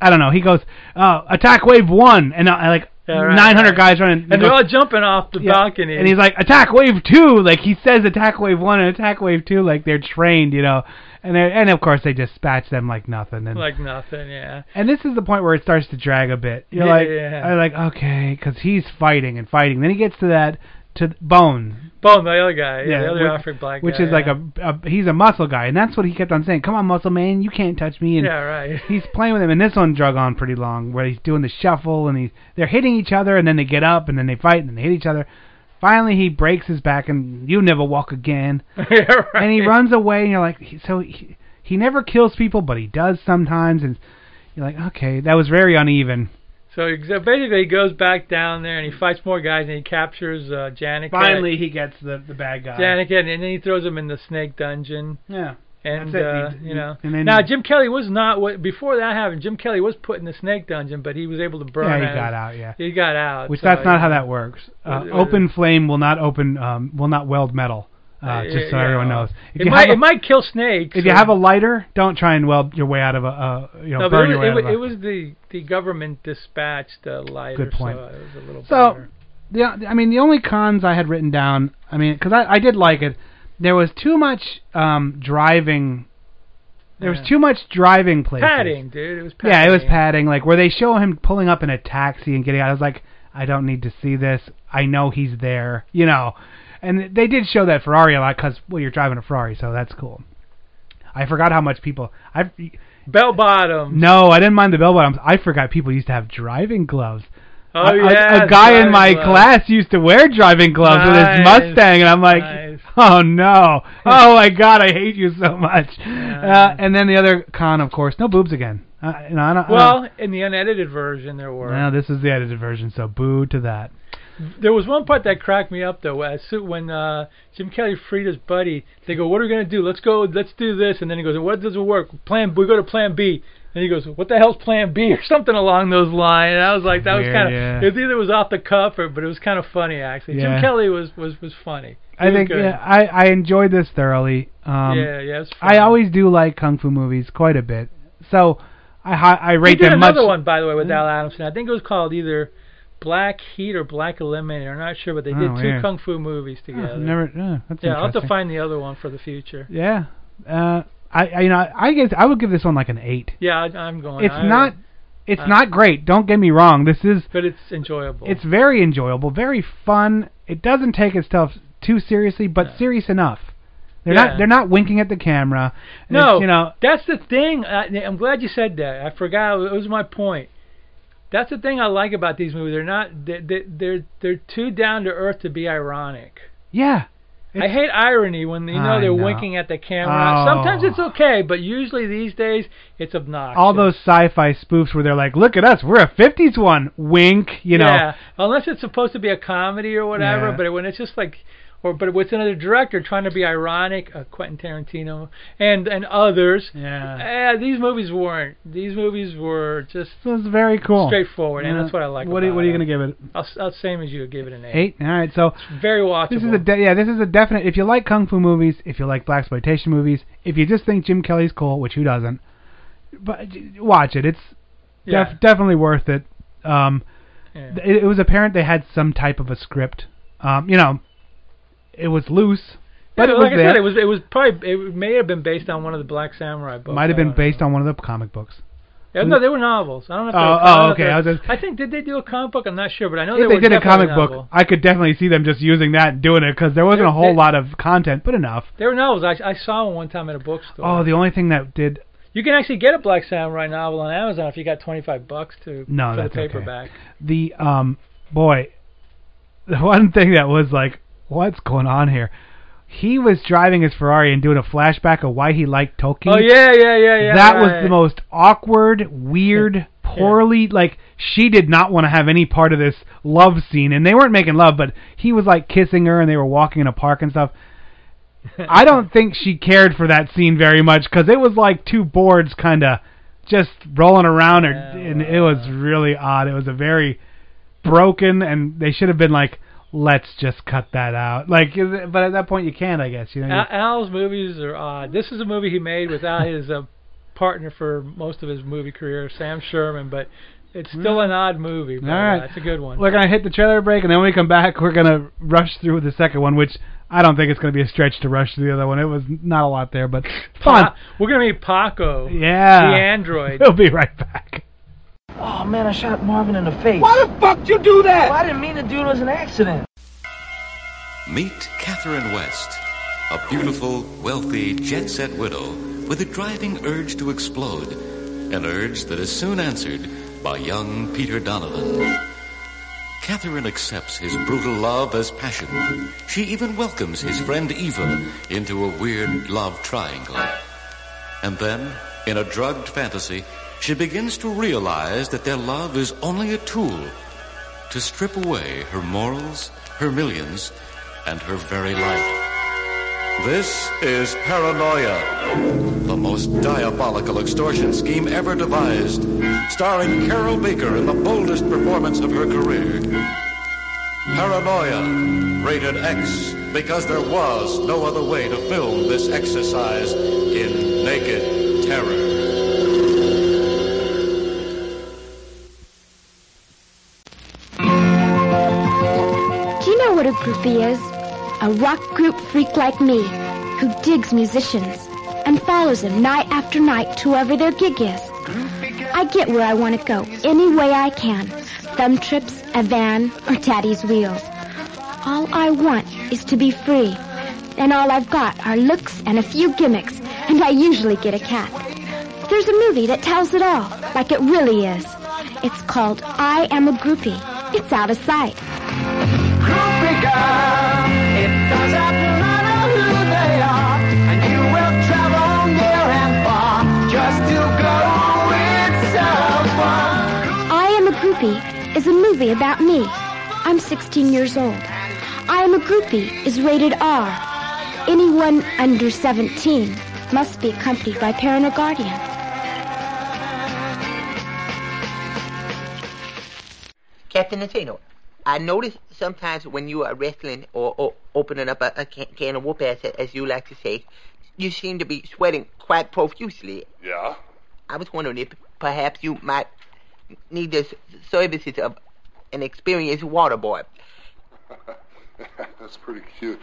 A: I don't know. He goes, uh, attack wave one, and uh, like
B: Yeah, right,
A: 900
B: right.
A: guys running,
B: and they're all jumping off the
A: Yeah.
B: balcony.
A: And he's like, attack wave two. Like he says, attack wave one and attack wave two. Like they're trained, you know. And they're- and of course they dispatch them like nothing. And
B: like nothing, yeah.
A: and this is the point where it starts to drag a bit. You're
B: Yeah,
A: like,
B: yeah.
A: I'm like, okay, because he's fighting and fighting. Then he gets to that to bone.
B: Bone, the other guy, yeah, the other
A: which,
B: Alfred Black
A: which
B: guy,
A: is like
B: yeah.
A: a, a he's a muscle guy, and that's what he kept on saying. Come on, muscle man, you can't touch me. And
B: yeah, right.
A: he's playing with him, and this one drug on pretty long, where he's doing the shuffle, and he's they're hitting each other, and then they get up, and then they fight, and then they hit each other. Finally, he breaks his back, and you never walk again.
B: yeah, right.
A: And he runs away, and you're like, he- so he, he never kills people, but he does sometimes, and you're like, okay, that was very uneven.
B: So ex- basically, he goes back down there and he fights more guys and he captures uh, Janica.
A: Finally, he gets the the bad guy.
B: Janica, and then he throws him in the snake dungeon.
A: yeah.
B: And
A: That's
B: uh,
A: it. He-
B: you know,
A: and then-
B: now Jim Kelly was not what before that happened. Jim Kelly was put in the snake dungeon, but he was able to burn.
A: Yeah, he
B: out.
A: got out. Yeah.
B: He got out.
A: Which
B: so,
A: that's
B: yeah.
A: not how that works. Uh,
B: Uh,
A: open flame will not open, um, will not weld metal. Uh,
B: Yeah,
A: just so
B: yeah.
A: everyone knows. If
B: It
A: you
B: might,
A: have a-
B: it might kill snakes.
A: If you
B: or-
A: have a lighter, don't try and weld your way out of a, uh, you know,
B: no, but
A: burn
B: it
A: your
B: was,
A: way
B: it,
A: out
B: was,
A: of a.
B: it was the the government dispatched uh, lighter.
A: Good point.
B: So it was a little
A: So-
B: better.
A: the, I mean, the only cons I had written down, I mean, because I, I did like it, there was too much um, driving. There
B: Yeah.
A: was too much driving places.
B: padding, dude. It was padding.
A: Yeah, it was padding. Like where they show him pulling up in a taxi and getting out. I was like, I don't need to see this. I know he's there. You know, and they did show that Ferrari a lot because well, you're driving a Ferrari, so that's cool. I forgot how much people. I
B: Bell bottom.
A: no, I didn't mind the bell bottoms. I forgot people used to have driving gloves.
B: Oh
A: A- a-
B: yeah.
A: a, guy in
B: driving
A: my
B: gloves.
A: class used to wear driving gloves with his
B: Nice,
A: Mustang, and I'm like,
B: nice.
A: oh no, oh my god, I hate you so much.
B: Yeah.
A: Uh, and then the other con, of course, no boobs again. Uh, you know, I don't,
B: Well, in the unedited version, there
A: I
B: were.
A: don't, no, this is the edited version, so boo to that.
B: There was one part that cracked me up though. As soo- when uh, Jim Kelly freed his buddy, they go, "What are we gonna do? Let's go. Let's do this." And then he goes, "What doesn't work? Plan. We go to Plan B." And he goes, "What the hell's Plan B?" or something along those lines. And I was like, that was
A: Yeah,
B: kind of.
A: yeah.
B: It was either was off the cuff or, but it was kind of funny actually. Jim
A: Yeah.
B: Kelly was was was funny. He
A: I
B: was
A: think
B: good.
A: yeah, I I enjoyed this thoroughly. Um,
B: yeah, yeah. it was
A: I
B: funny.
A: always do like kung fu movies quite a bit, so I hi- I
B: We
A: rate
B: did
A: them much.
B: another one, by the way,
A: Hmm?
B: with Al Adamson. I think it was called either Black Heat or Black Eliminator. I'm not sure, but they did
A: Oh,
B: two
A: weird.
B: kung fu movies
A: Oh,
B: together.
A: never. Uh, that's
B: yeah, I'll have to
A: interesting.
B: find the other one for the future.
A: Yeah. Uh, I, I you know I guess I would give this one like an eight.
B: Yeah, I, I'm going.
A: It's
B: I-
A: not it's
B: I-
A: not great. Don't get me wrong. This is
B: but it's enjoyable.
A: it's very enjoyable, very fun. It doesn't take itself too seriously, but serious enough. They're
B: Yeah.
A: not they're not winking at the camera. And
B: No,
A: it's, you know
B: that's the thing. I, I'm glad you said that. I forgot. It was my point. That's the thing I like about these movies. They're not. They, they, they're they're too down to earth to be ironic.
A: yeah.
B: I hate irony when you know
A: I
B: they're
A: know.
B: winking at the camera.
A: Oh.
B: Sometimes it's okay, but usually these days it's obnoxious.
A: All those sci-fi spoofs where they're like, "Look at us, we're a '50s one." Wink, you know.
B: Yeah, unless it's supposed to be a comedy or whatever.
A: Yeah.
B: But when it's just like, or but with another director trying to be ironic, uh, Quentin Tarantino and and others. Yeah. these movies weren't. These movies were just
A: So it's very cool.
B: straightforward, and
A: Yeah.
B: that's what I like.
A: What, are-
B: about
A: what are you
B: it.
A: gonna give it?
B: I'll, s- I'll same as you. Give it an eight.
A: Eight. All right. So
B: Very watchable.
A: This is a de- yeah. This is a definite. If you like kung fu movies, if you like black exploitation movies, if you just think Jim Kelly's cool, which who doesn't, but j- watch it. It's
B: Yeah.
A: def- definitely worth it. Um,
B: Yeah.
A: th- it, it was apparent they had some type of a script. Um, you know, it was loose, but
B: Yeah,
A: it was
B: like I
A: there.
B: said, it was it was probably it may have been based on one of the Black Samurai books.
A: Might have
B: I
A: been
B: don't know.
A: based on one of the comic books.
B: Yeah, no, they were novels. I don't know. If they
A: Oh,
B: were,
A: oh,
B: I don't know if
A: okay,
B: they were-
A: I was just-
B: I think did they do a comic book? I'm not sure, but I know
A: If
B: they,
A: they,
B: were
A: did a
B: definitely
A: comic
B: novel.
A: book, I could definitely see them just using that and doing it because there wasn't
B: They-
A: a whole
B: they-
A: lot of content, but enough.
B: They were novels. I, I saw one one time at a bookstore.
A: Oh, the only thing that did
B: you can actually get a Black Samurai novel on Amazon if you got 25 bucks to
A: No,
B: for
A: that's
B: the
A: okay.
B: paperback.
A: the um boy the one thing that was like what's going on here he was driving his ferrari and doing a flashback of why he liked tolkien
B: Oh yeah, yeah, yeah, yeah.
A: that was
B: right.
A: the most awkward weird poorly like she did not want to have any part of this love scene and they weren't making love but he was like kissing her and they were walking in a park and stuff i don't think she cared for that scene very much because it was like two boards kind of just rolling around or, and it was really odd it was a very broken and they should have been like let's just cut that out like is it- but at that point you can't i guess you know you-
B: Al- Al's movies are odd. This is a movie he made without his uh, partner for most of his movie career, Sam Sherman, but it's still an odd movie. But,
A: Hmm. All right.
B: uh, it's a good one.
A: We're gonna hit the trailer break, and then when we come back, we're gonna rush through the second one, which I don't think it's gonna be a stretch to rush through the other one. It was not a lot there, but fun.
B: Pa- Ah, we're gonna meet Paco, the
A: Yeah.
B: android.
A: We'll be right back.
H: Oh man, I shot Marvin in the face.
C: Why the fuck you do that?
H: Well, I didn't mean to do it. It was an accident.
I: Meet Catherine West, a beautiful, wealthy, jet set widow with a driving urge to explode, an urge that is soon answered by young Peter Donovan. Catherine accepts his brutal love as passion. She even welcomes his friend Eva into a weird love triangle. And then, in a drugged fantasy, she begins to realize that their love is only a tool to strip away her morals, her millions, and her very life. This is Paranoia, the most diabolical extortion scheme ever devised, starring Carol Baker in the boldest performance of her career. Paranoia, rated X, because there was no other way to film this exercise in naked terror.
J: Do you know what a groupie is? A rock group freak like me, who digs musicians and follows them night after night to wherever their gig is. I get where I want to go any way I can. Thumb trips, a van, or daddy's wheels. All I want is to be free. And all I've got are looks and a few gimmicks, and I usually get a cat. There's a movie that tells it all, like it really is. It's called I Am a Groupie. It's out of sight. I Am a Groupie is a movie about me. I'm 16 years old. I Am a Groupie is rated R. Anyone under 17 must be accompanied by parent or guardian.
K: Captain Nintendo, I notice sometimes when you are wrestling or, or opening up a, a can, can of whoop ass, as you like to say, you seem to be sweating quite profusely.
G: Yeah?
K: I was wondering if perhaps you might need the s- services of an experienced water boy.
G: That's pretty cute.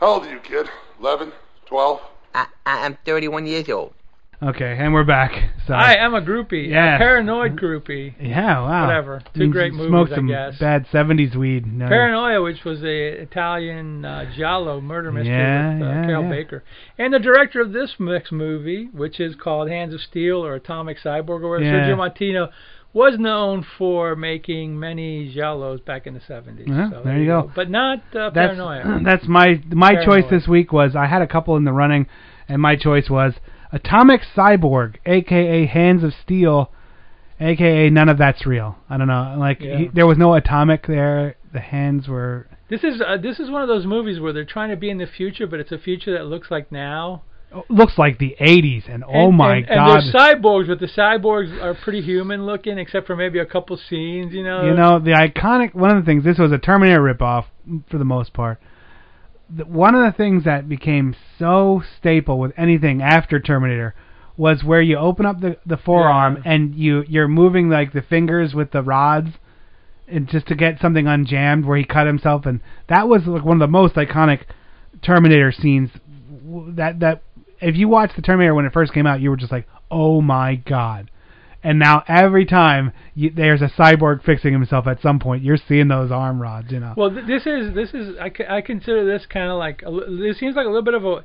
G: How old are you, kid? Eleven, twelve.
K: I, I am 31 years old.
A: Okay, and we're back. So
B: I am a groupie.
A: Yeah.
B: A paranoid groupie.
A: yeah, wow.
B: Whatever. Two
A: You
B: great
A: smoked
B: movies, I
A: some
B: guess.
A: Bad seventies weed. No.
B: Paranoia, which was a Italian uh, giallo murder mystery
A: Yeah,
B: with uh,
A: yeah,
B: Carol
A: yeah.
B: Baker, and the director of this next movie, which is called Hands of Steel or Atomic Cyborg, or whatever,
A: Yeah.
B: Sergio Martino was known for making many giallos back in the 70s.
A: Yeah,
B: so
A: there you go.
B: But not uh,
A: that's
B: Paranoia.
A: that's my my
B: Paranoia.
A: choice this week was I had a couple in the running, and my choice was Atomic Cyborg, aka Hands of Steel, aka None of That's Real. I don't know, like
B: Yeah.
A: he, there was no atomic there. The hands were
B: This is uh, this is one of those movies where they're trying to be in the future, but it's a future that looks like now.
A: looks like the 80s, and, oh
B: And-
A: my
B: and,
A: god,
B: And they're cyborgs, but the cyborgs are pretty human looking, except for maybe a couple scenes. You know.
A: You know, the iconic one of the things this was a Terminator ripoff m- for the most part. The, one of the things that became so staple with anything after Terminator was where you open up the the forearm and you you're moving like the fingers with the rods and just to get something unjammed where he cut himself and that was like one of the most iconic Terminator scenes w- that that if you watched the Terminator when it first came out you were just like oh my god and now every time you, there's a cyborg fixing himself at some point you're seeing those arm rods you know
B: Well, th- this is this is I, c- I consider this kind of like a li- this seems like a little bit of a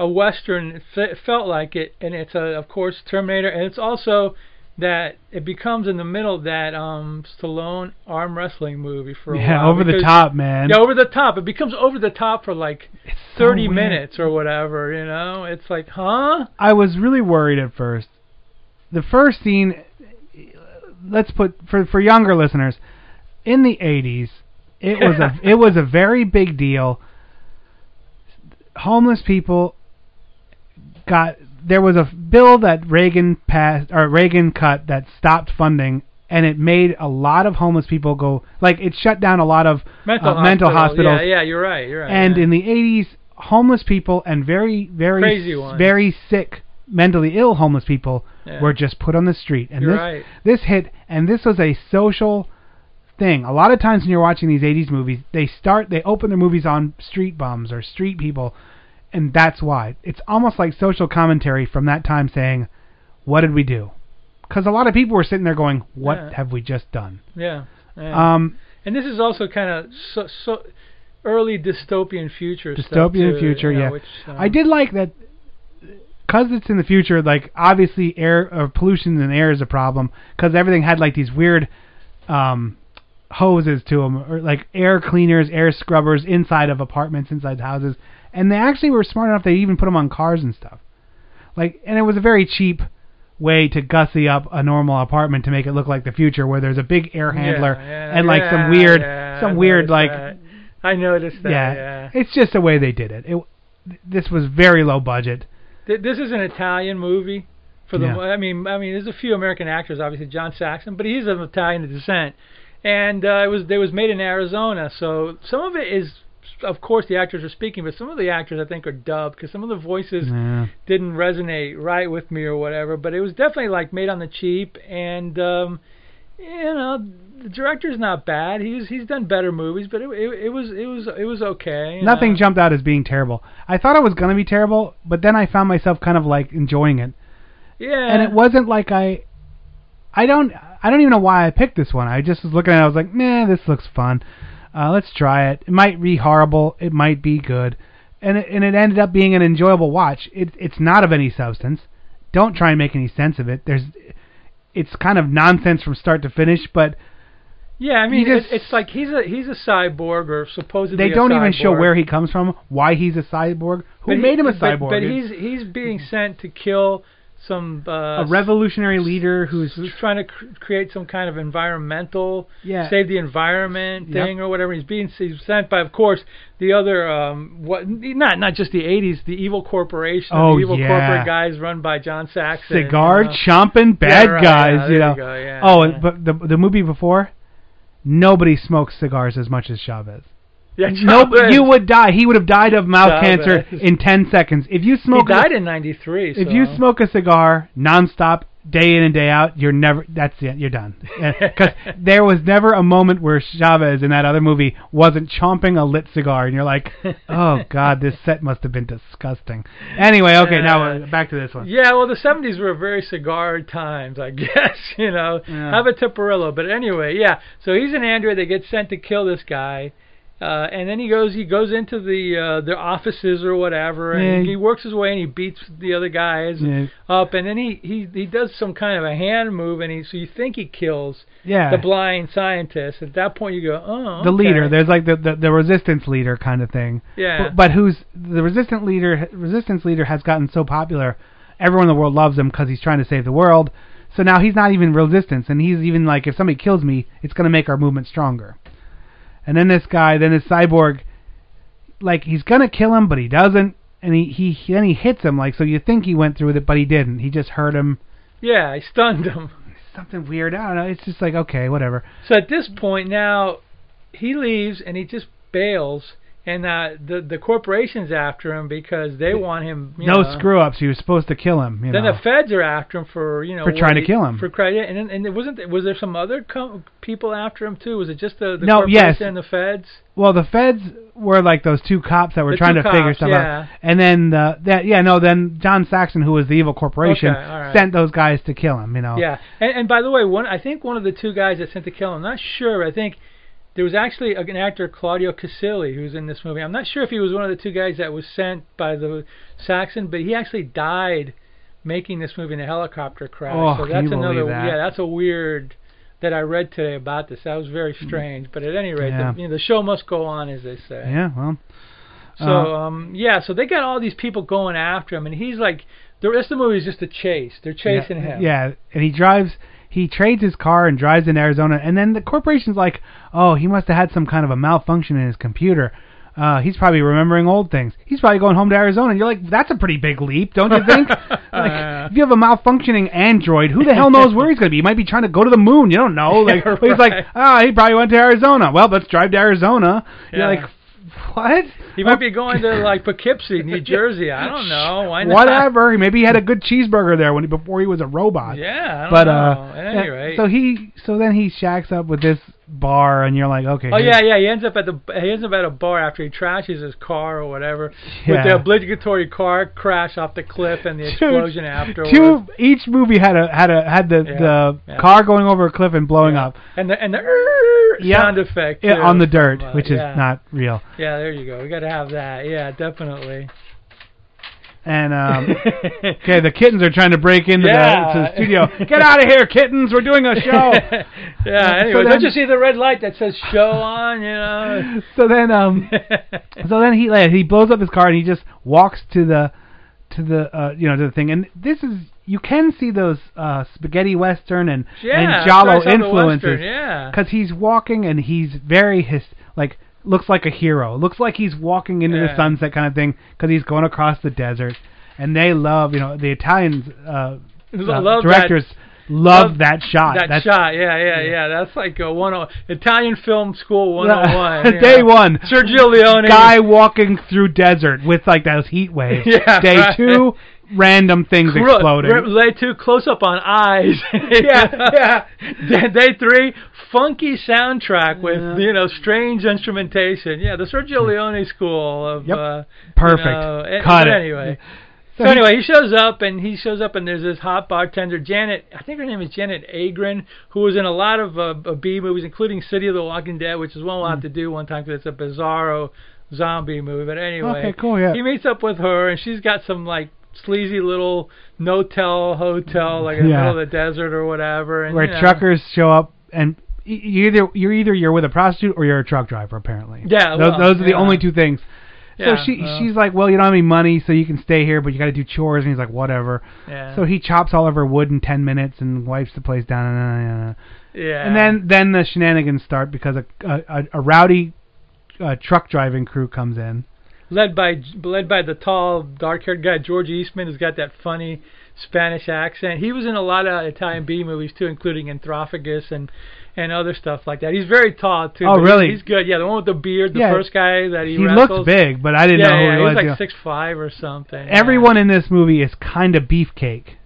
B: a western. It fe- felt like it, and it's a, of course Terminator, and it's also that it becomes in the middle that um Stallone arm wrestling movie for a
A: yeah
B: while
A: over the
B: because-
A: top man
B: Yeah, over the top. It becomes over the top for like
A: so
B: 30
A: weird.
B: minutes or whatever, you know? It's like, huh?
A: I was really worried at first. The first scene, let's put for for younger listeners, in the 80s, it was a it was a very big deal. Homeless people got there was a bill that Reagan passed or Reagan cut that stopped funding and it made a lot of homeless people go like it shut down a lot of
B: Mental,
A: uh, mental
B: hospital.
A: hospitals
B: Yeah, yeah, you're right. You're right.
A: and
B: yeah.
A: in the 80s, homeless people and very, very,
B: Crazy ones.
A: very sick, mentally ill homeless people
B: Yeah.
A: were just put on the street. And
B: You're
A: this,
B: right.
A: this hit, and this was a social thing. A lot of times when you're watching these 80s movies, they start, they open their movies on street bums or street people, and that's why. It's almost like social commentary from that time saying, what did we do? Because a lot of people were sitting there going, what
B: Yeah.
A: have we just done?
B: yeah, yeah.
A: Um,
B: and this is also kind of so, so early dystopian future stuff,
A: dystopian
B: too,
A: future.
B: you know,
A: yeah,
B: which, um,
A: I did like that because it's in the future. Like obviously, air uh, pollution in the air is a problem because everything had like these weird um, hoses to them, or like air cleaners, air scrubbers inside of apartments, inside houses, and they actually were smart enough. They even put them on cars and stuff. Like, and it was a very cheap way to gussy up a normal apartment to make it look like the future where there's a big air
B: yeah,
A: handler
B: yeah,
A: and like some
B: yeah,
A: weird
B: yeah, I
A: some weird
B: noticed
A: like
B: that. I noticed that.
A: yeah,
B: yeah.
A: it's just the way they did it. It th- this was very low budget.
B: Th- This is an Italian movie. For the,
A: Yeah.
B: I mean, I mean, there's a few American actors, obviously John Saxon, but he's of Italian descent, and uh, it was they was made in Arizona, so some of it is, of course, the actors are speaking, but some of the actors I think are dubbed because some of the voices
A: Yeah.
B: didn't resonate right with me or whatever. But it was definitely like made on the cheap, and um, you know, the director's not bad. He's he's done better movies, but it it, it was it was it was okay. you
A: Nothing
B: know.
A: jumped out as being terrible. I thought it was gonna be terrible, but then I found myself kind of like enjoying it.
B: Yeah.
A: And it wasn't like I, I don't, I don't even know why I picked this one. I just was looking at, it, I was like, nah, this looks fun. Uh, let's try it. It might be horrible. It might be good. And it, and it ended up being an enjoyable watch. It, it's not of any substance. Don't try and make any sense of it. There's, it's kind of nonsense from start to finish, but
B: Yeah, I mean,
A: just-
B: it, it's like he's a he's a cyborg or supposedly.
A: they
B: a
A: don't even show
B: cyborg.
A: where he comes from, why he's a cyborg, who
B: But he-
A: made him a
B: but-
A: cyborg.
B: But
A: It's
B: he's he's being sent to kill some uh,
A: a revolutionary leader who's
B: s- trying to cr- create some kind of environmental
A: Yeah.
B: save the environment
A: Yep.
B: thing or whatever. He's being he's sent by, of course, the other um what not not just the '80s, the evil corporation,
A: Oh,
B: the evil
A: yeah.
B: corporate guys run by John Saxon. you
A: cigar
B: know.
A: chomping bad
B: right,
A: guys,
B: yeah,
A: you
B: there
A: know.
B: you go, yeah,
A: oh,
B: yeah.
A: and, but the the movie before, nobody smokes cigars as much as Chavez.
B: Yeah,
A: No,
B: Chavez.
A: you would die. He would have died of mouth
B: Chavez.
A: cancer in ten seconds if you
B: He
A: smoke.
B: died
A: a,
B: in '93.
A: if you smoke a cigar nonstop, day in and day out, you're never. That's it. You're done. Because there was never a moment where Chavez in that other movie wasn't chomping a lit cigar, and you're like, oh god, this set must have been disgusting. Anyway, okay, now uh, back to this one.
B: Yeah, well, the 70s were very cigar times, I guess, you know. Have a Tipperillo. But anyway, yeah. So he's an android that gets sent to kill this guy. Uh, and then he goes he goes into the uh, their offices or whatever and
A: Yeah.
B: he works his way and he beats the other guys
A: Yeah.
B: up and then he, he he does some kind of a hand move and he so you think he kills
A: Yeah.
B: the blind scientist at that point you go oh
A: the
B: okay.
A: leader. There's like the, the the resistance leader kind of thing.
B: Yeah.
A: But, but who's the resistant leader? Resistance leader has gotten so popular, everyone in the world loves him because he's trying to save the world. So now he's not even resistance, and he's even like, if somebody kills me, it's gonna make our movement stronger. And then this guy, then this cyborg, like he's gonna kill him, but he doesn't, and he he he- then he hits him like so. You think he went through with it, but he didn't. He just hurt him.
B: yeah he stunned him
A: Something weird. I don't know. It's just like okay, whatever.
B: So at this point now, he leaves and he just bails, and uh, the the corporation's after him because they want him. You
A: no
B: know,
A: screw ups. He was supposed to kill him. You
B: Then
A: know.
B: the feds are after him for you know
A: For
B: what
A: trying to
B: he-
A: kill him.
B: for credit, and then, and it wasn't was there some other com- people after him too? Was it just the, the
A: No,
B: corporation
A: yes.
B: and the feds?
A: Well, the feds were like those two cops that were
B: The
A: trying to
B: two
A: figure
B: cops,
A: stuff
B: yeah.
A: out. And then uh, that yeah, no, then John Saxon, who was the evil corporation,
B: Okay, all right.
A: sent those guys to kill him, you know.
B: Yeah, and, and by the way, one I think one of the two guys that sent to kill him. I'm not sure. I think there was actually an actor Claudio Casilli who's in this movie. I'm not sure if he was one of the two guys that was sent by the Saxon, but he actually died making this movie in a helicopter crash.
A: Oh,
B: so
A: can
B: that's
A: you believe
B: another
A: that?
B: yeah, that's a weird that I read today about this. That was very strange. But at any rate,
A: Mm. Yeah.
B: the, you know, the show must go on, as they say.
A: Yeah, well.
B: So
A: uh,
B: um yeah, so they got all these people going after him, and he's like, the rest of the movie is just a chase. They're chasing
A: yeah,
B: him.
A: Yeah, and he drives he trades his car and drives in Arizona and then the corporation's like, "Oh, he must have had some kind of a malfunction in his computer." Uh, he's probably remembering old things. He's probably going home to Arizona. And you're like, that's a pretty big leap, don't you think? like, if you have a malfunctioning android, who the hell knows where he's going to be? He might be trying to go to the moon. You don't know. Like,
B: Yeah,
A: he's like,
B: right.
A: ah, he probably went to Arizona. Well, let's drive to Arizona.
B: Yeah.
A: You're like, what?
B: He might be going to like Poughkeepsie, New Jersey. I don't know. Why not?
A: Whatever. Maybe he had a good cheeseburger there when he, before he was a robot.
B: Oh, Yeah, I don't
A: but
B: know.
A: uh,
B: At any
A: yeah,
B: rate.
A: so he, so then he shacks up with this bar, and you're like, okay.
B: Oh
A: here-
B: yeah, yeah. He ends up at the he ends up at a bar after he trashes his car or whatever
A: Yeah.
B: with the obligatory car crash off the cliff and the
A: Dude,
B: explosion afterwards.
A: Two. Each movie had a had a had the the
B: yeah.
A: car going over a cliff and blowing up
B: and the and the "Err"
A: Yeah.
B: sound effect
A: yeah,
B: too
A: on the dirt,
B: from, uh,
A: which
B: yeah.
A: is not real.
B: Yeah, there you go. We got to have that. Yeah, definitely.
A: And um, okay, the kittens are trying to break into
B: Yeah.
A: the, to the studio. Get out of here, kittens! We're doing a show.
B: Yeah.
A: So
B: Anyway,
A: then-
B: don't you see the red light that says "Show on"? You know.
A: so then um so then he like, he blows up his car and he just walks to the to the uh you know to the thing and this is you can see those uh spaghetti western and
B: Yeah,
A: and
B: that's what I
A: Jalo
B: saw the
A: influences
B: Western, yeah.
A: cuz he's walking and he's very his like looks like a hero looks like he's walking into
B: Yeah.
A: the sunset kind of thing cuz he's going across the desert and they love you know the Italians uh, uh,
B: Love that-
A: directors love, that shot
B: That
A: That's-
B: shot, yeah, yeah, yeah. That's like a one oh, Italian film school one oh one.
A: day one.
B: Sergio Leone.
A: Guy walking through desert with like those heat waves.
B: Yeah,
A: day
B: right.
A: two, random things
B: Cru-
A: exploding.
B: re- lay two close up on eyes. yeah, yeah. Day, day three, funky soundtrack with you know strange instrumentation. Yeah, the Sergio Leone school of uh,
A: Hmm. Perfect.
B: You know, and-
A: Cut
B: but
A: it.
B: anyway.
A: So
B: So,
A: he-
B: anyway, he shows up and he shows up and there's this hot bartender, Janet. I think her name is Janet Agron, who was in a lot of uh, B movies, including City of the Walking Dead, which is one we'll have
A: Hmm.
B: to do one time because it's a bizarro zombie movie. But anyway,
A: Okay, cool, yeah.
B: he meets up with her and she's got some like sleazy little no-tell hotel, like in the
A: Yeah.
B: middle of the desert or whatever. And,
A: where
B: you know.
A: truckers show up and y- you either you're either you're with a prostitute or you're a truck driver apparently.
B: Yeah,
A: those,
B: well,
A: those are the
B: yeah.
A: only two things.
B: Yeah,
A: so she
B: well.
A: she's like, well, you don't have any money, so you can stay here, but you got to do chores. And he's like, whatever.
B: Yeah.
A: So he chops all of her wood in ten minutes and wipes the place down. And,
B: Yeah.
A: and then then the shenanigans start because a a, a, a rowdy uh, truck driving crew comes in.
B: led by led by the tall, dark-haired guy George Eastman, who's got that funny Spanish accent. He was in a lot of Italian B movies too, including Anthrophagus and and other stuff like that. He's very tall too.
A: Oh,
B: but he's-
A: really?
B: He's, good. Yeah, the one with the beard, the
A: Yeah.
B: first guy that he.
A: He
B: wrestles.
A: looked big, but I didn't
B: yeah,
A: know who
B: yeah,
A: he was,
B: He
A: yeah.
B: was like six five or something.
A: Everyone in this movie is kind of beefcake.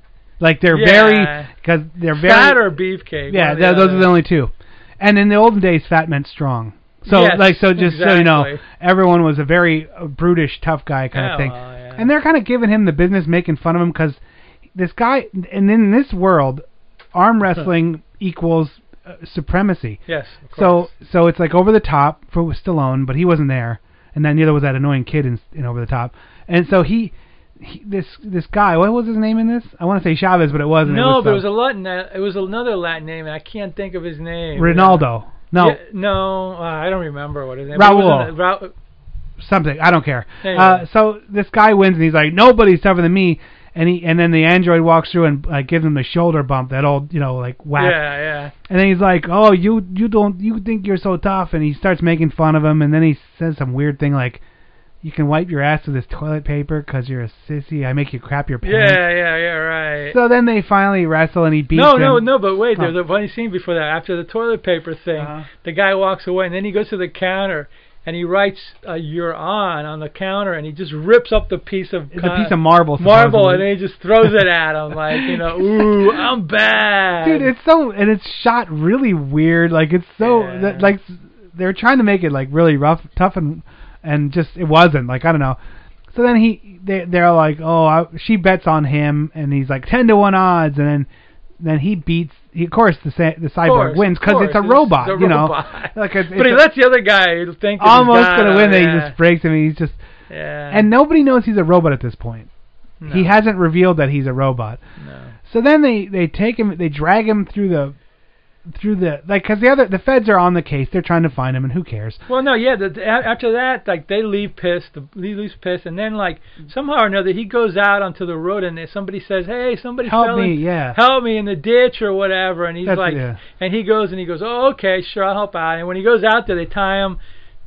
A: Like they're
B: Yeah.
A: very because they're very
B: Fat or beefcake,
A: Yeah,
B: one or the
A: tha- those
B: other.
A: are the only two. And in the olden days, fat meant strong. So
B: Yes,
A: like so just so you know,
B: exactly.
A: everyone was a very uh, brutish tough guy kind
B: Yeah,
A: of thing.
B: well, yeah.
A: And they're kind of giving him the business, making fun of him because this guy and in this world, arm wrestling equals uh, supremacy.
B: Yes.
A: So so it's like over the top for Stallone, but he wasn't there, and then neither was that annoying kid in, in Over the Top, and so he, he this this guy, what was his name in this? I want to say Chavez, but it wasn't.
B: No,
A: it
B: but it was
A: some-
B: a Latin. It was another Latin name, and I can't think of his name.
A: Ronaldo. No,
B: Yeah, no, uh, I don't remember what his name.
A: Raul.
B: But it was Ra-
A: something. I don't care.
B: Anyway.
A: Uh, so this guy wins, and he's like, nobody's tougher than me. And he, and then the android walks through and like gives him the shoulder bump, that old, you know, like whack.
B: Yeah, yeah.
A: And then he's like, "Oh, you you don't you think you're so tough?" And he starts making fun of him. And then he says some weird thing like, "You can wipe your ass with this toilet paper 'cause you're a sissy. I make you crap your pants."
B: Yeah, yeah, yeah, right.
A: So then they finally wrestle, and he beats
B: no,
A: him.
B: no, no, but wait,
A: Oh.
B: there's a funny scene before that. After the toilet paper thing,
A: Uh-huh.
B: the guy walks away, and then he goes to the counter, and he writes uh, "You're on" on the counter, and he just rips up the piece of
A: It's a piece of marble.
B: uh, marble,
A: supposedly.
B: and then he just throws it at him, like you know, ooh, I'm bad.
A: Dude, it's so and it's shot really weird. Like it's so that, like they're trying to make it like really rough, tough, and and just it wasn't. Like I don't know. So then he they they're like, oh, I, she bets on him, and he's like ten to one odds, and then then he beats. He, of course, the sa- the cyborg
B: course,
A: wins
B: of
A: because it's a
B: course,
A: robot,
B: it's a
A: you know.
B: robot.
A: Like it's,
B: but
A: it's
B: he
A: a-
B: lets the other guy think that he's
A: almost
B: got
A: gonna
B: him,
A: win. Then
B: yeah.
A: he just breaks him. And he's just
B: Yeah.
A: and nobody knows he's a robot at this point. He hasn't revealed that he's a robot. So then they they take him, they drag him through the through the like because the other the feds are on the case. They're trying to find him, and who cares?
B: Well, no, yeah. The, the, a- after that, like they leave pissed. The, he leaves pissed, and then like
A: Mm.
B: somehow or another, he goes out onto the road, and somebody says, "Hey, somebody
A: Help
B: fell
A: me,
B: in,
A: yeah.
B: help me in the ditch or whatever." And he's
A: That's-
B: like,
A: yeah.
B: and he goes and he goes, "Oh, okay, sure, I'll help out." And when he goes out there, they tie him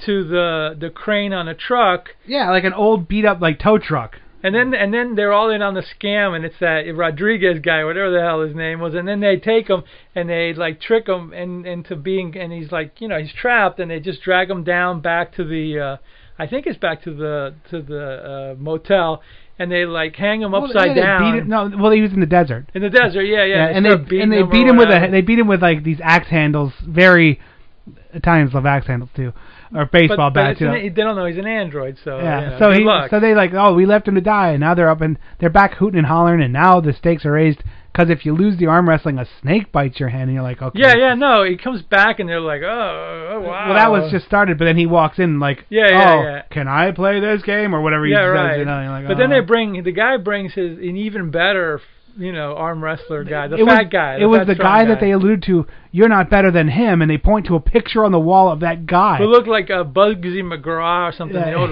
B: to the the crane on a truck,
A: Yeah, like an old beat up like tow truck.
B: and then and then they're all in on the scam, and it's that Rodriguez guy, whatever the hell his name was, and then they take him and they like trick him in, into being, and he's like, you know, he's trapped, and they just drag him down back to the, uh, I think it's back to the to the uh, motel, and they like hang him upside
A: Well, yeah, they
B: down
A: Beat him, no, well he was in the desert.
B: in the desert, yeah, yeah,
A: and they
B: start beating
A: and they
B: him or
A: beat him with a
B: whatever.
A: they beat him with like these axe handles, very Italians love axe handles too, or baseball
B: but, but
A: bats.
B: it's
A: you know.
B: an, they don't know he's an android, so
A: Yeah.
B: you know,
A: so
B: good
A: he,
B: luck.
A: so they like, oh, we left him to die, and now they're up and they're back hooting and hollering, and now the stakes are raised because if you lose the arm wrestling, a snake bites your hand, and you're like, okay.
B: yeah, yeah, no, he comes back and they're like, oh, oh wow.
A: Well, that was just started, but then he walks in like,
B: Yeah, yeah,
A: oh,
B: yeah.
A: can I play this game or whatever he
B: yeah,
A: says,
B: right.
A: you know, you're like,
B: but then
A: oh.
B: they bring the guy brings his an even better, you know, arm wrestler guy, the
A: it
B: fat
A: was,
B: guy.
A: It was
B: fat
A: the
B: strong
A: guy, that they alluded to. You're not better than him, and they point to a picture on the wall of that guy,
B: who looked like a Bugsy McGraw or something, the
A: Yeah.
B: old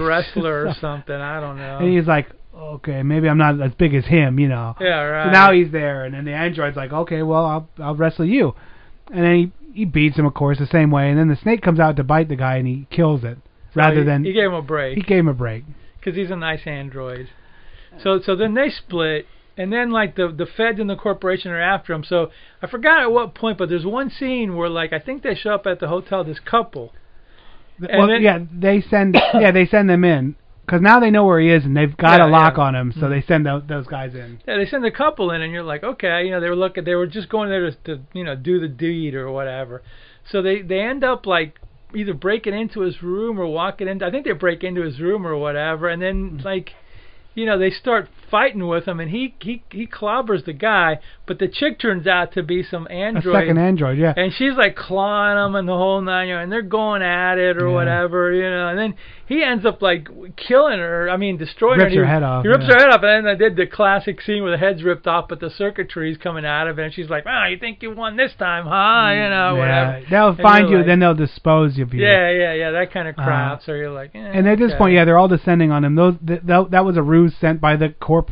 B: wrestler or something. I don't know.
A: and he's like, okay, maybe I'm not as big as him, you know.
B: yeah, right.
A: So now he's there, and then the android's like, okay, well, I'll I'll wrestle you, and then he he beats him, of course, the same way, and then the snake comes out to bite the guy, and he kills it
B: So
A: rather
B: he-
A: than
B: he gave him a break.
A: he gave him a break.
B: because he's a nice android. So so then they split, and then like the the feds and the corporation are after him. So I forgot at what point, but there's one scene where like I think they show up at the hotel. This couple.
A: Th-
B: And
A: well,
B: then-
A: yeah, they send yeah they send them in because now they know where he is, and they've got
B: Yeah,
A: a lock on him, so
B: Mhm.
A: they send tho- those guys in.
B: Yeah, they send a couple in, and you're like, okay, you know, they were looking, they were just going there to, to you know, do the deed or whatever. So they they end up like either breaking into his room or walking in. I think they break into his room or whatever, and then like, you know, they start fighting with him, and he he he clobbers the guy, but the chick turns out to be some android.
A: A second android, yeah.
B: And she's like clawing him and the whole nine yards, and they're going at it or
A: Yeah.
B: whatever, you know. And then he ends up like killing her. I mean, destroying
A: Rips
B: her.
A: her
B: He-
A: head off,
B: He rips
A: yeah.
B: her head off, and then they did the classic scene where the head's ripped off, but the circuitry's coming out of it, and she's like, "Ah, you think you won this time, huh?" You
A: Mm, yeah,
B: know, whatever.
A: they'll
B: And
A: find
B: you're
A: you,
B: like-
A: then they'll dispose of you.
B: Yeah, yeah, yeah. That kind of
A: Uh,
B: crap. so you're like, eh,
A: And at this
B: okay.
A: point, yeah, they're all descending on him. Those th- th- that was a ruse sent by the corporation.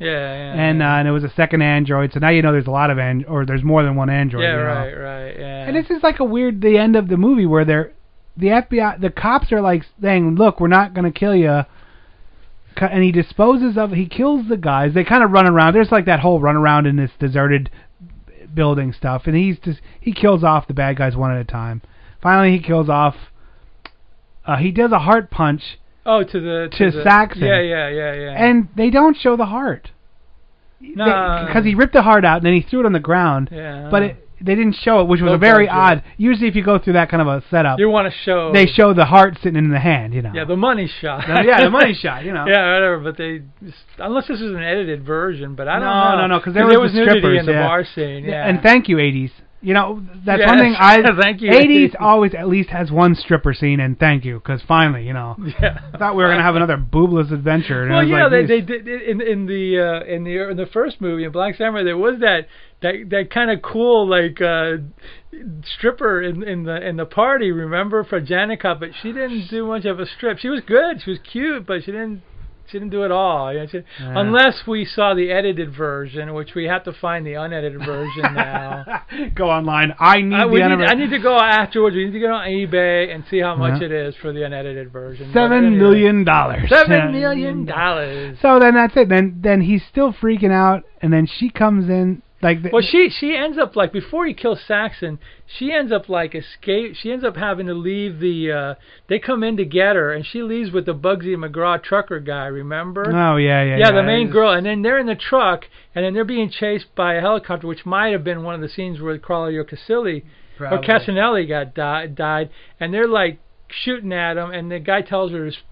B: Yeah, yeah,
A: And uh, and it was a second android, so now you know there's a lot of and or there's more than one android.
B: yeah,
A: you know.
B: right, right, yeah.
A: And this is like a weird the end of the movie where they're the FBI the cops are like saying, "Look, we're not going to kill you." And he disposes of he kills the guys. They kind of run around. There's like that whole run around in this deserted building stuff and he's just he kills off the bad guys one at a time. Finally he kills off uh, he does a heart punch
B: oh to the
A: to
B: the,
A: Saxon.
B: Yeah, yeah, yeah, yeah.
A: and they don't show the heart.
B: No.
A: because he ripped the heart out and then he threw it on the ground.
B: Yeah.
A: But it, they didn't show it, which was
B: No
A: a very odd.
B: budget.
A: Usually, if you go through that kind of a setup,
B: You want to show.
A: they show the heart sitting in the hand. You know.
B: Yeah, the money shot.
A: No, yeah, the money shot, you know.
B: yeah, whatever. But they, unless this is an edited version, but I don't
A: no,
B: know.
A: no, no, because there, was, the
B: nudity
A: strippers,
B: in the
A: yeah.
B: bar scene. Yeah.
A: And thank you, 80s. You know, that's
B: Yes,
A: one thing I.
B: thank you,
A: 80s
B: 80s.
A: always at least has one stripper scene, and thank you, because finally, you know,
B: yeah.
A: I thought we were gonna have another boobless adventure. And it
B: Well,
A: was
B: yeah,
A: like,
B: they
A: geez.
B: they did in in the uh, in the in the first movie in Black Samurai there was that that that kind of cool like uh stripper in in the in the party remember for Janica but she didn't do much of a strip she was good she was cute but she didn't she didn't do it all you know, she-
A: Yeah.
B: unless we saw the edited version which we have to find the unedited version now
A: go online. I need
B: I,
A: the
B: we need,
A: anniver-
B: I need to go afterwards we need to go on eBay and see how much
A: Yeah.
B: it is for the unedited version But
A: seven
B: anyway.
A: million dollars. Yeah.
B: seven million dollars
A: So then that's it. Then then he's still freaking out, and then she comes in like. The,
B: Well, she she ends up like before he kills Saxon, she ends up like escape. She ends up having to leave the. Uh, they come in to get her, and she leaves with the Bugsy McGraw trucker guy. Remember?
A: Oh yeah, yeah.
B: yeah,
A: Yeah,
B: the main
A: It's-
B: girl, and then they're in the truck, and then they're being chased by a helicopter, which might have been one of the scenes where Crawley or Casilli or
A: Probably.
B: Casanelli got died, died, and they're like shooting at him, and the guy tells her to s-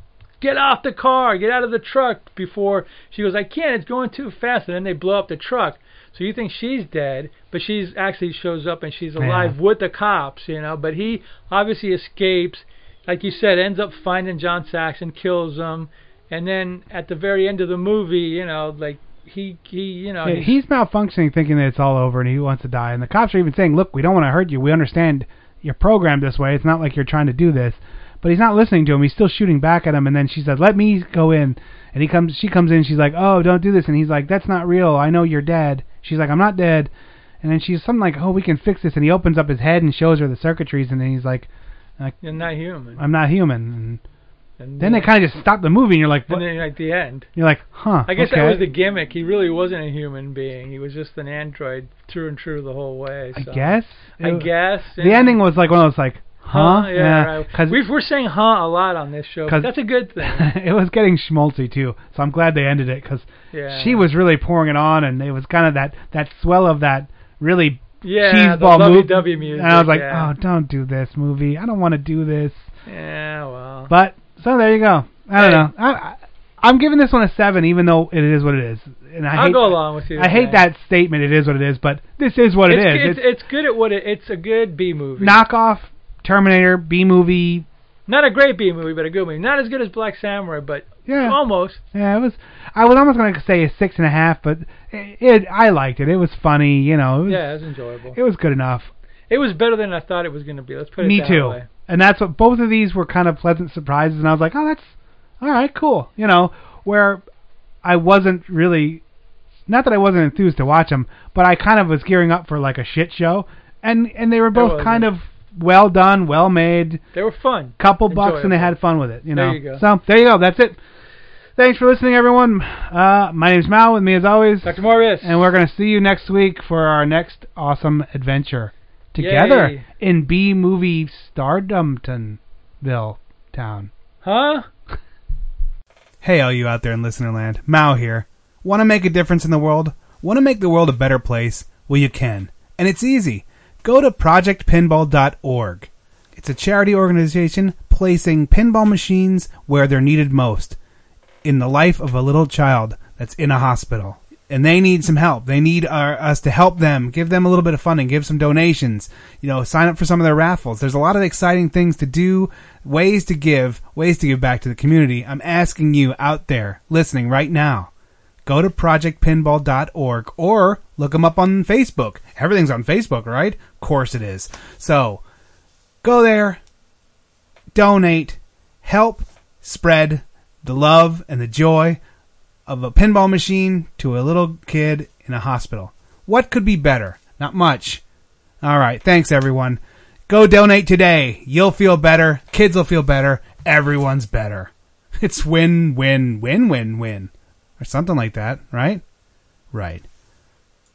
B: get off the car, get out of the truck before she goes, I can't, it's going too fast, and then they blow up the truck. So you think she's dead, but she's actually shows up and she's alive with the cops, you know. But he obviously escapes, like you said, ends up finding John Saxon, kills him, and then at the very end of the movie, you know, like he he you know
A: Yeah, he's malfunctioning, thinking that it's all over, and he wants to die. And the cops are even saying, "Look, we don't want to hurt you. We understand you're programmed this way. It's not like you're trying to do this." But he's not listening to him. He's still shooting back at him. And then she says, "Let me go in." And he comes. She comes in. She's like, "Oh, don't do this." And he's like, "That's not real. I know you're dead." She's like, "I'm not dead." And then she's something like, "Oh, we can fix this." And he opens up his head and shows her the circuitries. And then he's like,
B: you're not human.
A: "I'm not human."
B: And
A: And then they kind of just stop the movie, and you're like,
B: and
A: what?
B: then like the end.
A: "You're like, huh?"
B: I guess
A: okay.
B: that was the gimmick. He really wasn't a human being. He was just an android, true and true the whole way. So.
A: I guess.
B: I
A: It-
B: guess.
A: The ending was like one of those like, huh?
B: Yeah. right.
A: 'cause
B: We've, we're saying "huh" a lot on this show. but
A: 'Cause-
B: that's a good thing.
A: it was getting schmaltzy too. So I'm glad they ended it because
B: Yeah.
A: she was really pouring it on, and it was kind of that that swell of that really
B: Yeah,
A: cheese
B: the
A: ball movie.
B: lovey-dovey music,
A: and I was like,
B: yeah.
A: oh, don't do this movie. I don't want to do this.
B: Yeah. Well.
A: But so there you go. I
B: Hey.
A: don't know. I, I, I'm giving this one a seven, even though it is what it is. And I
B: I'll
A: hate,
B: go along with you
A: I hate
B: today.
A: that statement. It is what it is, but this is what
B: it's,
A: it is.
B: It's, it's good at what it, it's a good B movie.
A: knockoff Terminator B movie.
B: Not a great B movie, but a good movie. Not as good as Black Samurai, but
A: Yeah.
B: almost.
A: Yeah, it was. I was almost gonna say a six and a half, but it, it I liked it. It was funny, you know. It was,
B: Yeah, it was enjoyable.
A: It was good enough.
B: It was better than I thought it was going to be. Let's put it
A: Me
B: that
A: too.
B: way.
A: And that's what both of these were kind of pleasant surprises, and I was like, oh, that's all right, cool. You know, where I wasn't really, not that I wasn't enthused to watch them, but I kind of was gearing up for like a shit show, and and they were both
B: wasn't.
A: kind of well done, well made.
B: They were fun.
A: couple bucks and they
B: Enjoyable.
A: had fun with it. You
B: There
A: know.
B: you go.
A: So there you go. That's it. Thanks for listening, everyone. Uh, my name's Mal. With me as always, Dr.
B: Morris.
A: And we're gonna see you next week for our next awesome adventure together
B: Yay.
A: in B movie Stardomtonville town.
B: Huh?
A: Hey, all you out there in listener land, Mao here. Want to make a difference in the world? Want to make the world a better place? Well, you can. And it's easy. Go to projectpinball.org. It's a charity organization placing pinball machines where they're needed most in the life of a little child that's in a hospital. And they need some help. They need our, us to help them, give them a little bit of funding, give some donations, you know, sign up for some of their raffles. There's a lot of exciting things to do, ways to give, ways to give back to the community. I'm asking you out there listening right now go to projectpinball.org or look them up on Facebook. Everything's on Facebook, right? Of course it is. So go there, donate, help spread the love and the joy of a pinball machine to a little kid in a hospital. What could be better? Not much. All right. Thanks, everyone. Go donate today. You'll feel better. Kids will feel better. Everyone's better. It's win, win, win, win, win. Or something like that, right? Right.